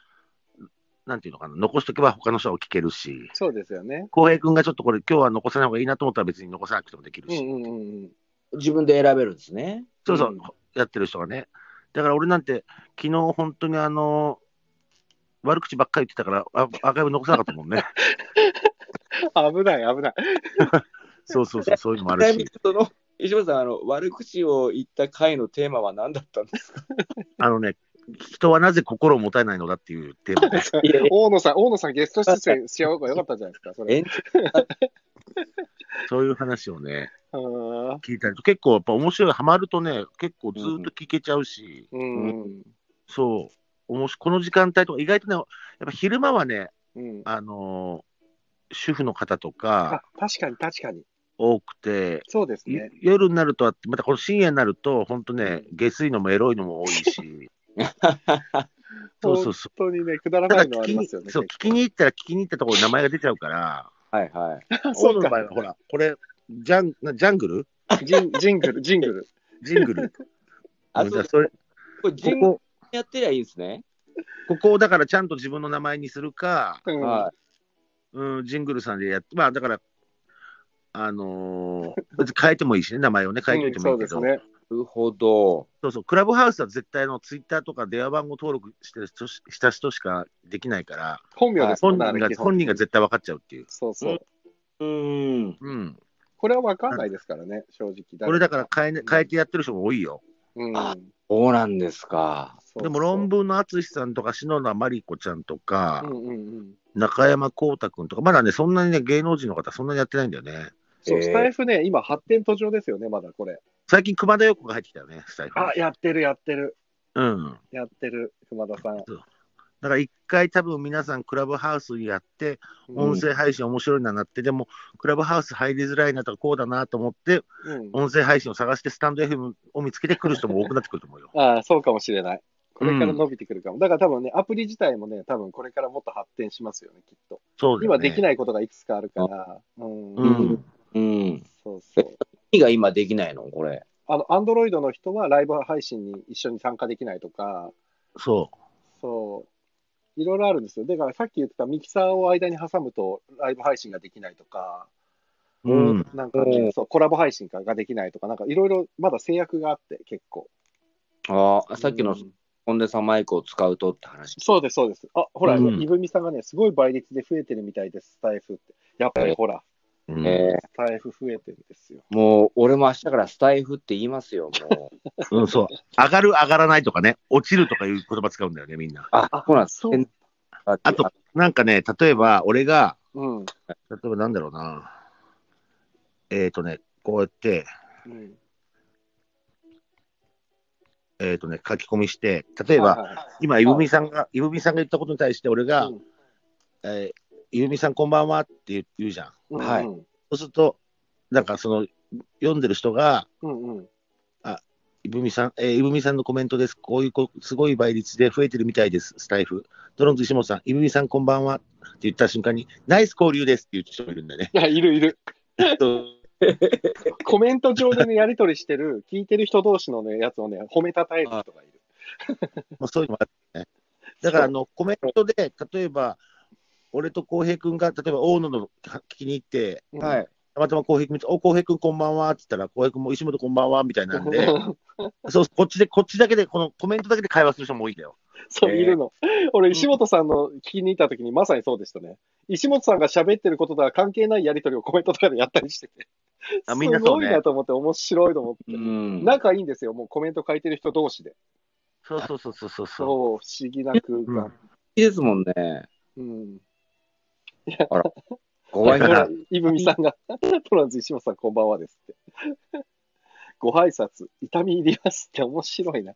S3: なんていうのかな、残しとけば他の人は聞けるし、
S1: そうですよね。
S3: 浩平君がちょっとこれ、今日は残さない方がいいなと思ったら別に残さなくてもできる
S1: うん
S3: し、
S1: うんうんうん。
S2: 自分で選べるんですね。
S3: そうそう、
S1: うん
S3: やってる人がね。だから俺なんて、昨日本当にあの、悪口ばっかり言ってたから、あアーカイブ残さなかったも んね。
S1: 危ない危ない。
S3: そうそうそう、そういうのもあ
S2: だ
S3: る
S2: いぶ
S3: し。
S2: その石本さんあの、悪口を言った回のテーマは何だったん ですか
S3: あのね、人はなぜ心を持たないのだっていうテ ーマで、
S2: いやいや
S1: 大野さん、大野さんゲスト出 演しようがよかったんじゃないですか、それ。
S2: 延
S3: そういう話をね、
S1: あー
S3: 聞いたりと、結構やっぱ面白い、ハマるとね、結構ずっと聞けちゃうし、
S1: うん。
S3: そう、おもしこの時間帯とか、意外とね、やっぱ昼間はね、
S1: うん。
S3: あのー主婦の方とか
S1: あ、確かに確かに。
S3: 多くて、
S1: そうです
S3: い
S1: ね。
S3: 夜になるとあって、またこの深夜になると、本当ね、下水のもエロいのも多い し、そうそうそう。
S1: 本当にね、くだら
S3: た
S1: な
S3: だ
S1: いの
S3: 聞
S1: はあ
S3: き
S1: りま
S3: に
S1: すよね。
S3: そう聞きに行ったら聞きに行ったところに名前が出ちゃうから、
S2: はいはい。
S1: そう
S3: オード
S1: か。
S3: バイはほら、これ、ジャンなジャングル
S1: ジンジングル、ジング ル。
S3: ジン グル。
S2: あ、
S3: うん
S2: そう、
S3: それ
S2: これ、人工
S3: ここ、
S2: やってりゃいいんですね。
S3: ここをだからちゃんと自分の名前にするか、
S1: うん
S2: はい。
S3: うん、ジングルさんでやって、まあだから、あのー別に変えてもいいしね、名前をね、変えておいてもいいけ
S1: う
S3: ど、そ
S1: ん
S3: う
S1: そうですね。
S2: なるほど。
S3: そう、クラブハウスは絶対あのツイッターとか電話番号登録してる人しした人しかできないから、
S1: 本名ですも
S3: 本
S1: んね
S3: 人が
S1: あれ
S3: 本人が絶対分かっちゃうっていう。
S1: そうそう。
S2: うーん。
S3: うん、
S1: これは分かんないですからね、正直。
S3: これだから変えね変えてやってる人も多いよ。
S1: うん。
S2: あそうなんですか。
S1: そう
S3: でも論文の淳さんとか篠田真理子ちゃんとか、
S1: うんうんうん。
S3: 中山光太君とか、まだね、そんなにね、芸能人の方、そんなにやってないんだよね。
S1: そ
S2: え
S1: う、
S2: ー
S1: スタイフね、今発展途上ですよね、まだこれ。
S3: 最近、熊田曜子が入ってきたよね、スタイフ。
S1: あ、やってる、やってる、
S3: うん。
S1: やってる、熊田さん。
S3: だから一回、多分皆さん、クラブハウスやって、
S1: うん
S3: 音声配信面白いななって、でも、クラブハウス入りづらいなとか、こうだなと思って、
S1: うん。
S3: 音声配信を探して、スタンド FM を見つけてくる人も多くなってくると思うよ
S1: ああ、そうかもしれない。これから伸びてくるかも。だから多分ね、アプリ自体もね、多分これからもっと発展しますよね、きっと。
S3: そうだよ
S1: 今
S3: ね。
S1: できないことがいくつかあるから。うん。
S3: うん。
S2: うん。
S1: そうそう。
S2: 何が今できないのこれ。
S1: あの、アンドロイドの人はライブ配信に一緒に参加できないとか、
S3: そ
S1: そう。いろいろあるんですよ。だからさっき言ってたミキサーを間に挟むとライブ配信ができないとか、
S3: う。うん。
S1: なんか
S2: う
S1: ね
S2: ん、
S1: そう、コラボ配信ができないとか、なんかいろいろまだ制約があって、結構。
S2: ああ、さっきの
S1: うん
S2: コンデンサーマイクを使うとって話。
S1: そうです、そうです。あ、ほら、
S3: うん
S1: いぶみさんがね、すごい倍率で増えてるみたいです、スタイフって。やっぱりほら、
S3: うん
S2: え
S1: スタイフ増えてるんですよ。
S2: ーもう、俺も明日からスタイフって言いますよ、もう。
S3: うん、そう。上がる、上がらないとかね、落ちるとかいう言葉使うんだよね、みんな。
S2: あ、そうなんです。
S1: そう
S2: あ
S3: あと、なんかね、例えば、俺が、
S1: うん。うん。
S3: 例えばなんだろうな。えっ、ー、とね、こうやって、えっ、ー、とね、書き込みして、例え
S1: は
S3: ば、
S1: いはい
S3: 今、いぶみさんが、いぶみさんが言ったことに対して、俺が、
S1: うん
S3: えーいぶみさんこんばんはって言う言うじゃん。
S1: うん
S2: はい
S1: うん
S3: そうすると、なんかその、読んでる人が、
S1: うんうん。
S3: いぶみさん、えーいぶみさんのコメントです。こういうこ、すごい倍率で増えてるみたいです、スタイフ。ドロンズ石本さん、いぶみさんこんばんはって言った瞬間に、ナイス交流ですっていう人もいるんだよ ね。
S1: いや、いるいる。
S3: そう
S1: コメント上でね、やりとりしてる、聞いてる人同士のね、やつをね、褒めたたえる人がいる。
S3: まあ、そういうのもあるね。だからあのコメントで、例えば、俺と浩平君が、例えば大野の聞きに行って、
S1: うん
S2: はい。
S3: たまたま浩平君見て、お浩平君こんばんはって言ったら、浩平君も石本こんばんはみたいな んで、そうこっちで、こっちだけで、このコメントだけで会話する人も多いんだよ。
S1: そう、
S2: えー
S1: いるの。俺、石本さんの聞きに行った時に、まさにそうでしたね。石本さんが喋ってることとは関係ないやりとりをコメントとかでやったりしてて。
S3: あみんなそうね
S1: すごいなと思って、面白いと思って。
S2: うん。
S1: 仲いいんですよ、もうコメント書いてる人同士で。
S3: そうそうそうそうそ
S1: そ
S3: う
S1: う、
S3: そ
S1: 不思議な空
S3: う。うん
S1: 間。
S2: いいですもんね。
S1: うん。
S2: ご
S1: ほ
S2: 挨
S1: ら、ほ
S2: 拶
S1: らいぶみさんが、 トランズ石本さん、こんばんはですって。ご挨拶、痛み入りますって面白いな。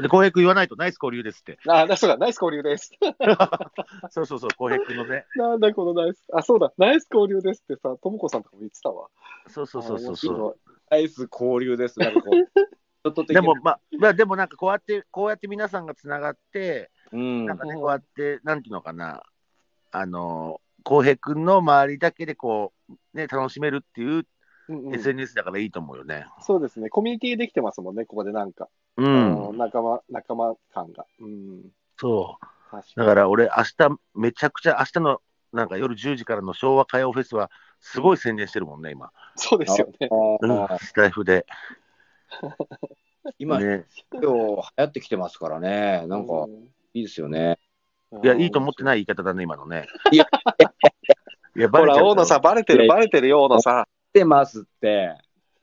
S3: で、浩平君言わないと、ナイス交流ですって。
S1: あ、だそうだ、ナイス交流です。
S3: そうそうそう、浩平君のね。
S1: なんだこのナイス、あ、そうだ、ナイス交流ですってさ、ともこさんとかも言ってたわ。
S3: そうそうそうそう
S1: あ面
S3: そう。
S1: 白い
S2: ナイス交流です。なんかこう、ちょっと的
S3: で
S2: な
S3: も、、まあ、まあ、でもなんかこうやって、こうやって皆さんがつながって、
S2: うん。
S3: なんかね、
S1: うん
S3: こうやって、なんていうのかな、あの、浩平君の周りだけでこう、ね、楽しめるっていう
S1: うんうん
S3: SNS だからいいと思うよね。
S1: そうですね、コミュニティできてますもんね、ここでなんか、
S3: う、
S1: うん仲間仲間感が。うん、
S3: そう。
S1: 確か
S3: だから俺、明日めちゃくちゃ、明日のなんか夜10時からの昭和歌謡フェスは、すごい宣伝してるもんね、今。
S1: そうですよね。
S3: うん
S2: あー、
S3: スタイフで。
S2: 今、
S3: ね、
S2: 今日流行ってきてますからね。なんか
S1: う、
S2: いいですよね。
S1: ん、
S3: いや、いいと思って
S1: い。
S3: ない言い方だね、今のね。
S2: いや、
S3: いやバ
S1: ほ
S3: レちゃ
S1: ら、
S3: うよ
S1: 大野さん、バレて
S2: い
S1: る、
S2: や
S1: バレてるよ、大野さ
S2: ってますって。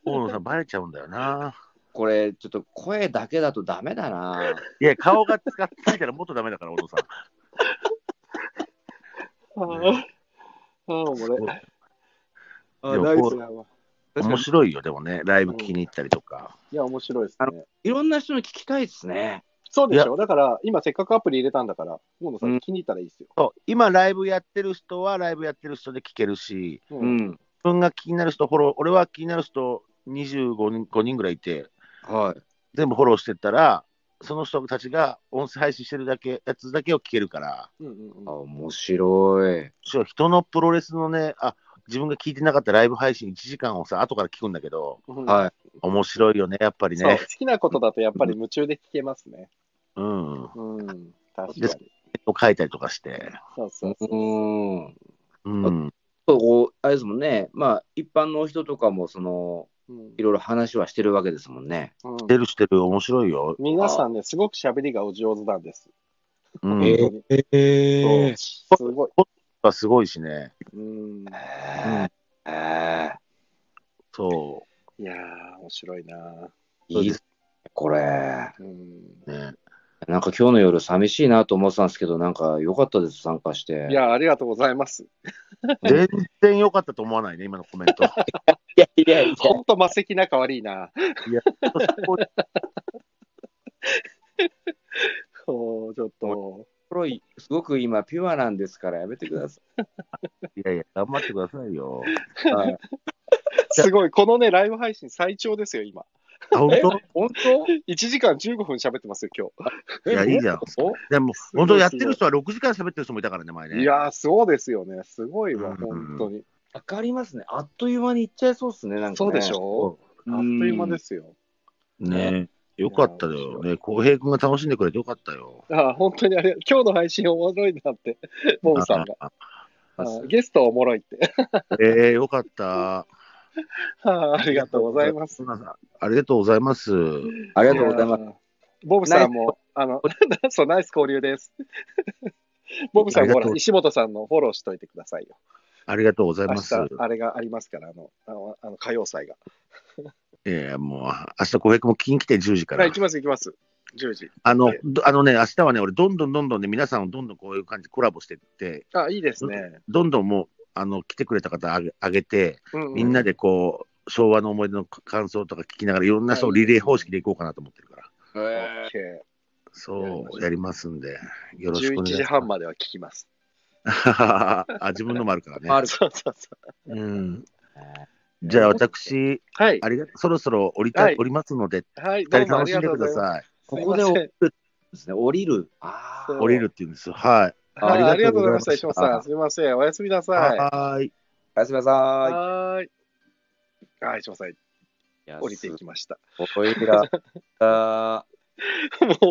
S3: 大野さん、バレちゃうんだよな。
S2: これ、ちょっと声だけだとダメだな。
S3: いや、顔がつかついたらもっとダメだから、大野さん。
S1: ん。あ
S3: ん
S1: あ、ああ俺。
S3: あナイス
S1: いやわ
S3: 面白いよ、でもね、ライブ聞きに行ったりとか。
S1: いや、面白いです
S2: あ
S1: ね。
S2: いろんな人に聞きたいですね。
S1: そうでしょだから、今、せっかくアプリ入れたんだから、大野さ
S2: うん
S1: ん、気に入ったらいいですよ。
S3: そう今、ライブやってる人はライブやってる人で聞けるし、
S1: う。
S2: うんん。
S3: 自分が気になる人、フォロー俺は気になる人25人 ,5 人ぐらいいて、
S2: はい。
S3: 全部フォローしてったら、その人たちが音声配信してるだけ、やつだけを聞けるから、
S1: うんうん
S2: あ、面白い。
S3: そう人のプロレスのね、あ、自分が聞いてなかったライブ配信1時間をさ、後から聞くんだけど、
S1: うん。
S2: はい
S3: 面白いよね、やっぱり
S1: そう、
S3: ね
S1: 好。きなことだとやっぱり夢中で聞けますね。
S3: うん。
S1: うん、確
S3: で
S1: かに。
S3: 書いたりとかして。
S1: そうそうそう。
S2: うん。
S3: うん。
S2: こう、あれですもんね。まあ、一般の人とかも、その、
S1: うん
S2: いろいろ話はしてるわけですもんね。
S1: う
S3: して
S1: ん、
S3: るしてる、面白いよ。
S1: 皆さんね、すごく喋りがお上手なんです。
S3: うん。
S1: え
S3: や
S1: え
S3: っ
S2: え
S1: そうすごい。
S3: ぱすごいしね。
S1: うん、
S2: ええ
S3: そ
S1: いやー、面白いな
S2: ー、いいですね、これ。
S1: うん
S3: う。ね。
S2: なんか今日の夜寂しいなと思ってたんですけど、なんか良かったです、参加して。
S1: いやー、ありがとうございます。
S3: 全然良かったと思わないね、今のコメ ント。
S2: いやいやいや
S1: ほんと、魔石仲悪いな。 そう、ちょっと。
S2: 心いすごく今ピュアなんですからやめてくださ
S3: いやいや、頑張ってくださいよ。
S2: い。 はい、
S1: すごい。このね、ライブ配信最長ですよ、今。
S3: あ、本
S2: え
S3: 当
S2: 本
S1: 1時間15分喋ってますよ、今
S2: 当
S3: いやいいじゃんでも、
S1: ごい
S3: 本当やってる人は6時間喋ってる人もいたからね、前
S1: 日。
S3: ね。
S1: いやー、そうですよね。すごいわ、
S3: うんうん
S1: 本当に。
S2: わかりますね。あっという間にいっちゃいそうですね、なんか、ね。。
S1: そうでしょあっという間ですすよ。
S3: ね。よかったよ。ね、浩平君が楽しんでくれてよかったよ。
S1: ああ、本当にあれ、今日の配信おもろいなって、ボブさんが。
S3: あ
S1: ああゲストおもろいって。
S3: ええよかった。
S1: ああありがとうございます。
S3: 皆さんありがとうございます。
S2: ありがとうございます。
S1: す。ボブさんも、あの、 そう、ナイス交流 です。ボブさんもほ
S3: ありが
S1: ら
S3: と、う
S1: 石本さんのフォローしといてくださいよ。
S3: ありがとうござい
S1: 明
S3: ます。
S1: 日、あれがありますから、あの、あのあの歌謡祭が。
S3: ええもう、明日浩平君も聞きに来て10時か
S1: は
S3: ら。
S1: い、行きます、行きます。10時。
S3: あの、どあのね、明日はね、俺、どんどんどんどんね、皆さんをどんどんこういう感じでコラボしてって、
S1: あ、いいですね。
S3: どんどんもう、あの、来てくれた方あげあげて、
S1: う
S3: みんなでこう、昭和の思い出の感想とか聞きながら、いろんな人をリレー方式でいこうかなと思ってるから。
S2: え
S1: OK
S3: そう、やりますんで、よろしく
S1: 11
S3: お願いし
S1: 時
S3: ます。
S1: 半までは聞きます。
S3: あ、自分のもあるからね。
S2: ある
S1: そうそうそう。
S3: う
S2: ー
S3: ん。じゃあ、私、
S1: はい。
S3: ありがそろそろ降りた、
S1: はい
S3: 降りますので、
S1: はい、
S3: 二
S1: どう
S3: 人
S1: もあ
S3: 楽
S1: り
S3: し
S1: が
S3: んで
S1: とう
S3: く
S1: ご
S3: だ
S1: ざいます。
S3: さい。
S2: ここです
S1: いま
S2: 降
S1: せん
S2: りるですね。降りる。ああ。
S1: そう
S3: 降りるって言うんですよ。はい。
S2: あ
S1: はい、ありがとうございました、
S3: あり
S1: 石
S3: がとう
S1: 本さ
S3: ございま
S1: ん。すみません、おやすみなさい。
S3: はーい。
S2: おやすみなさ
S1: はーい。はい、石本さん、
S2: い。
S1: 降りていきました。
S2: すごいなあ
S1: もう、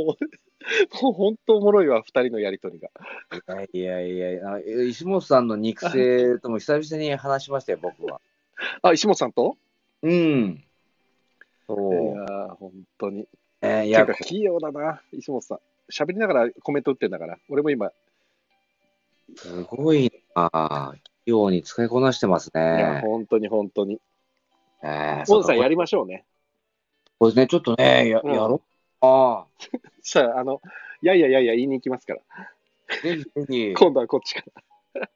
S1: もう本当おもろいわ、二人のやりとりが。
S2: ーいやいやいやあ、石本さんの肉声とも久々に話しましたよ、僕は。
S1: あ、石本さんと
S2: うん。
S1: い
S2: そう。
S1: やー、本当に。
S2: えー、い
S1: いや、
S2: や、
S1: 器用だな、石本さん。喋りながらコメント打ってんだから、俺も今、
S2: すごいな。器用に使いこなしてます
S1: いや、
S2: ね。
S1: 本当に本当に。
S2: えー、
S1: ボンさん
S2: そう
S1: や
S2: か
S1: りましょうね。
S2: これね、ちょっとね、や,、
S1: うん
S2: やろうか
S1: さあ、あの、いやいやいやいや、言いに行きますから。
S2: な。ぜひぜひ、
S1: 今度は こっちから。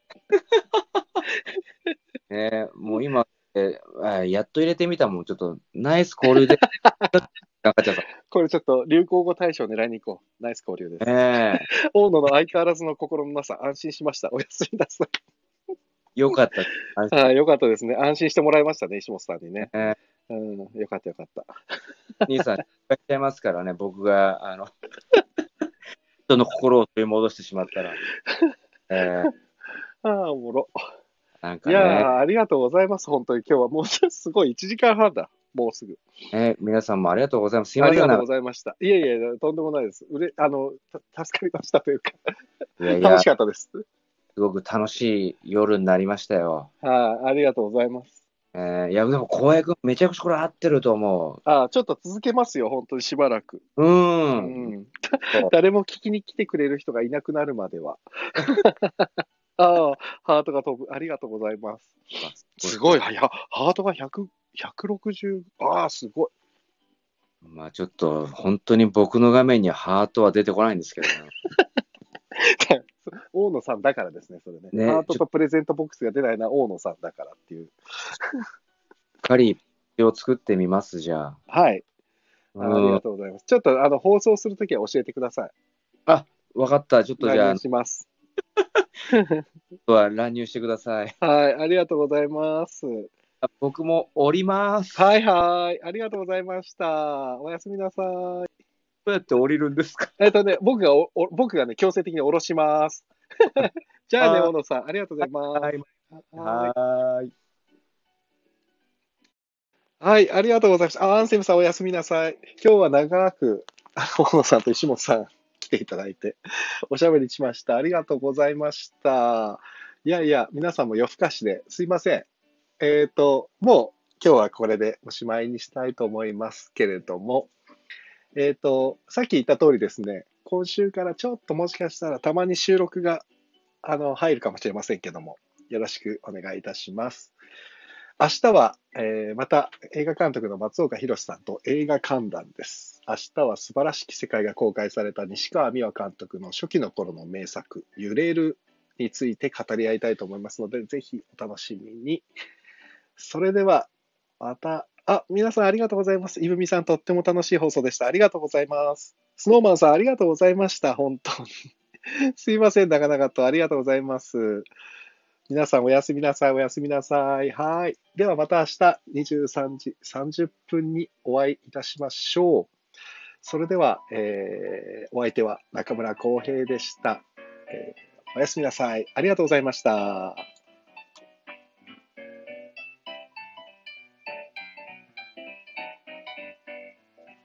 S2: ね、もう今、えーあーやっと入れてみたもん、ちょっとナイス交流で、 なんかちゃった。
S1: これちょっと流行語大賞狙いに行こう。ナイス交流です。
S2: えー
S1: 大野の相変わらずの心のなさ、安心しました。おやすみなさい。
S2: よかった。
S1: ああ、よかったですね。安心してもらいましたね、石本さんにね。
S2: え
S1: うん、よかったよかった。
S2: ー兄さん、失敗しちゃいますからね、僕が、あの、 人の心を取り戻してしまったら。えー
S1: ああ、おもろ。
S2: なんか
S1: い
S2: ね、
S1: やあ、ありがとうございます、本当に。今日はもうすごい1時間半だ。もうすぐ。
S2: えー皆さんもありがとうございます。すい
S1: あ
S2: ま
S1: り
S2: せ
S1: が
S2: ん
S1: と
S2: な
S1: うんご
S2: か、
S1: ざいました。いえいえ、とんでもないです。うれあのた助かりましたというか、
S2: いやいや
S1: 楽し、かったです。
S2: すごく楽しい夜になりましたよ。
S1: はい、ありがとうございます。
S2: えー、いや、でも、浩平君、めちゃくちゃこれ合ってると思
S1: ああ、ちょっと続けますよ、本当にしばらく。
S2: う。う
S1: う
S2: ーん。
S1: ん。 誰も聞きに来てくれる人がいなくなるまでは。 ああ、ハートが飛ぶ。ありがとうございます。すごい、はやハートが100 160、ああ、すごい。
S2: まあ、ちょっと、本当に僕の画面にはハートは出てこないんですけど ね。
S1: 大野さんだからですね、それね。
S2: ね
S1: ハートとプレゼントボックスが出ないのは大野さんだからっていう。
S2: しっかり、を作ってみます、じゃあ。
S1: はい。ああり
S2: う
S1: が
S2: ん。
S1: とうございます。ちょっとあの放送するときは教えてください。
S2: わかった。ちょっとじ
S1: 来
S2: ゃあ、
S1: 年します。
S2: あとは乱入してください。
S1: はい。ありがとうございます。
S2: あ僕もおります。
S1: はいはい。ありがとうございました。おやすみなさい。
S2: おうやって降りるんですか
S1: えっとね、僕がおお、僕がね、強制的に下ろします。 じゃあね、
S2: はい
S1: 小野さん、ありがとうございます。
S2: はい。
S1: は
S2: はーい。
S1: い、はいありがとうございました。あアンセムさん、おやすみなさい。今日は長く、あの小野さんと石本さん、来ていただいて、おしゃべりしました。ありがとうございました。いやいや、皆さんも夜更かしですいません。えっ、と、もう今日はこれでおしまいにしたいと思いますけれども、えっ、と、さっき言った通りですね、今週からちょっともしかしたらたまに収録があの入るかもしれませんけども、よろしくお願いいたします。明日は、えーまた映画監督の松岡弘さんと映画観覧です。明日は素晴らしき世界が公開された西川美和監督の初期の頃の名作、揺れるについて語り合いたいと思いますので、ぜひお楽しみに。それでは、また、あ、皆さんありがとうございます。いぶみさん、とっても楽しい放送でした。ありがとうございます。スノーマンさん、ありがとうございました。本当に。 すいません、長々とありがとうございます。皆さん、おやすみなさい、おやすみなさい。はい。では、また明日23時30分にお会いいたしましょう。それでは、えーお相手は中村浩平でした。えーおやすみなさい。ありがとうございました。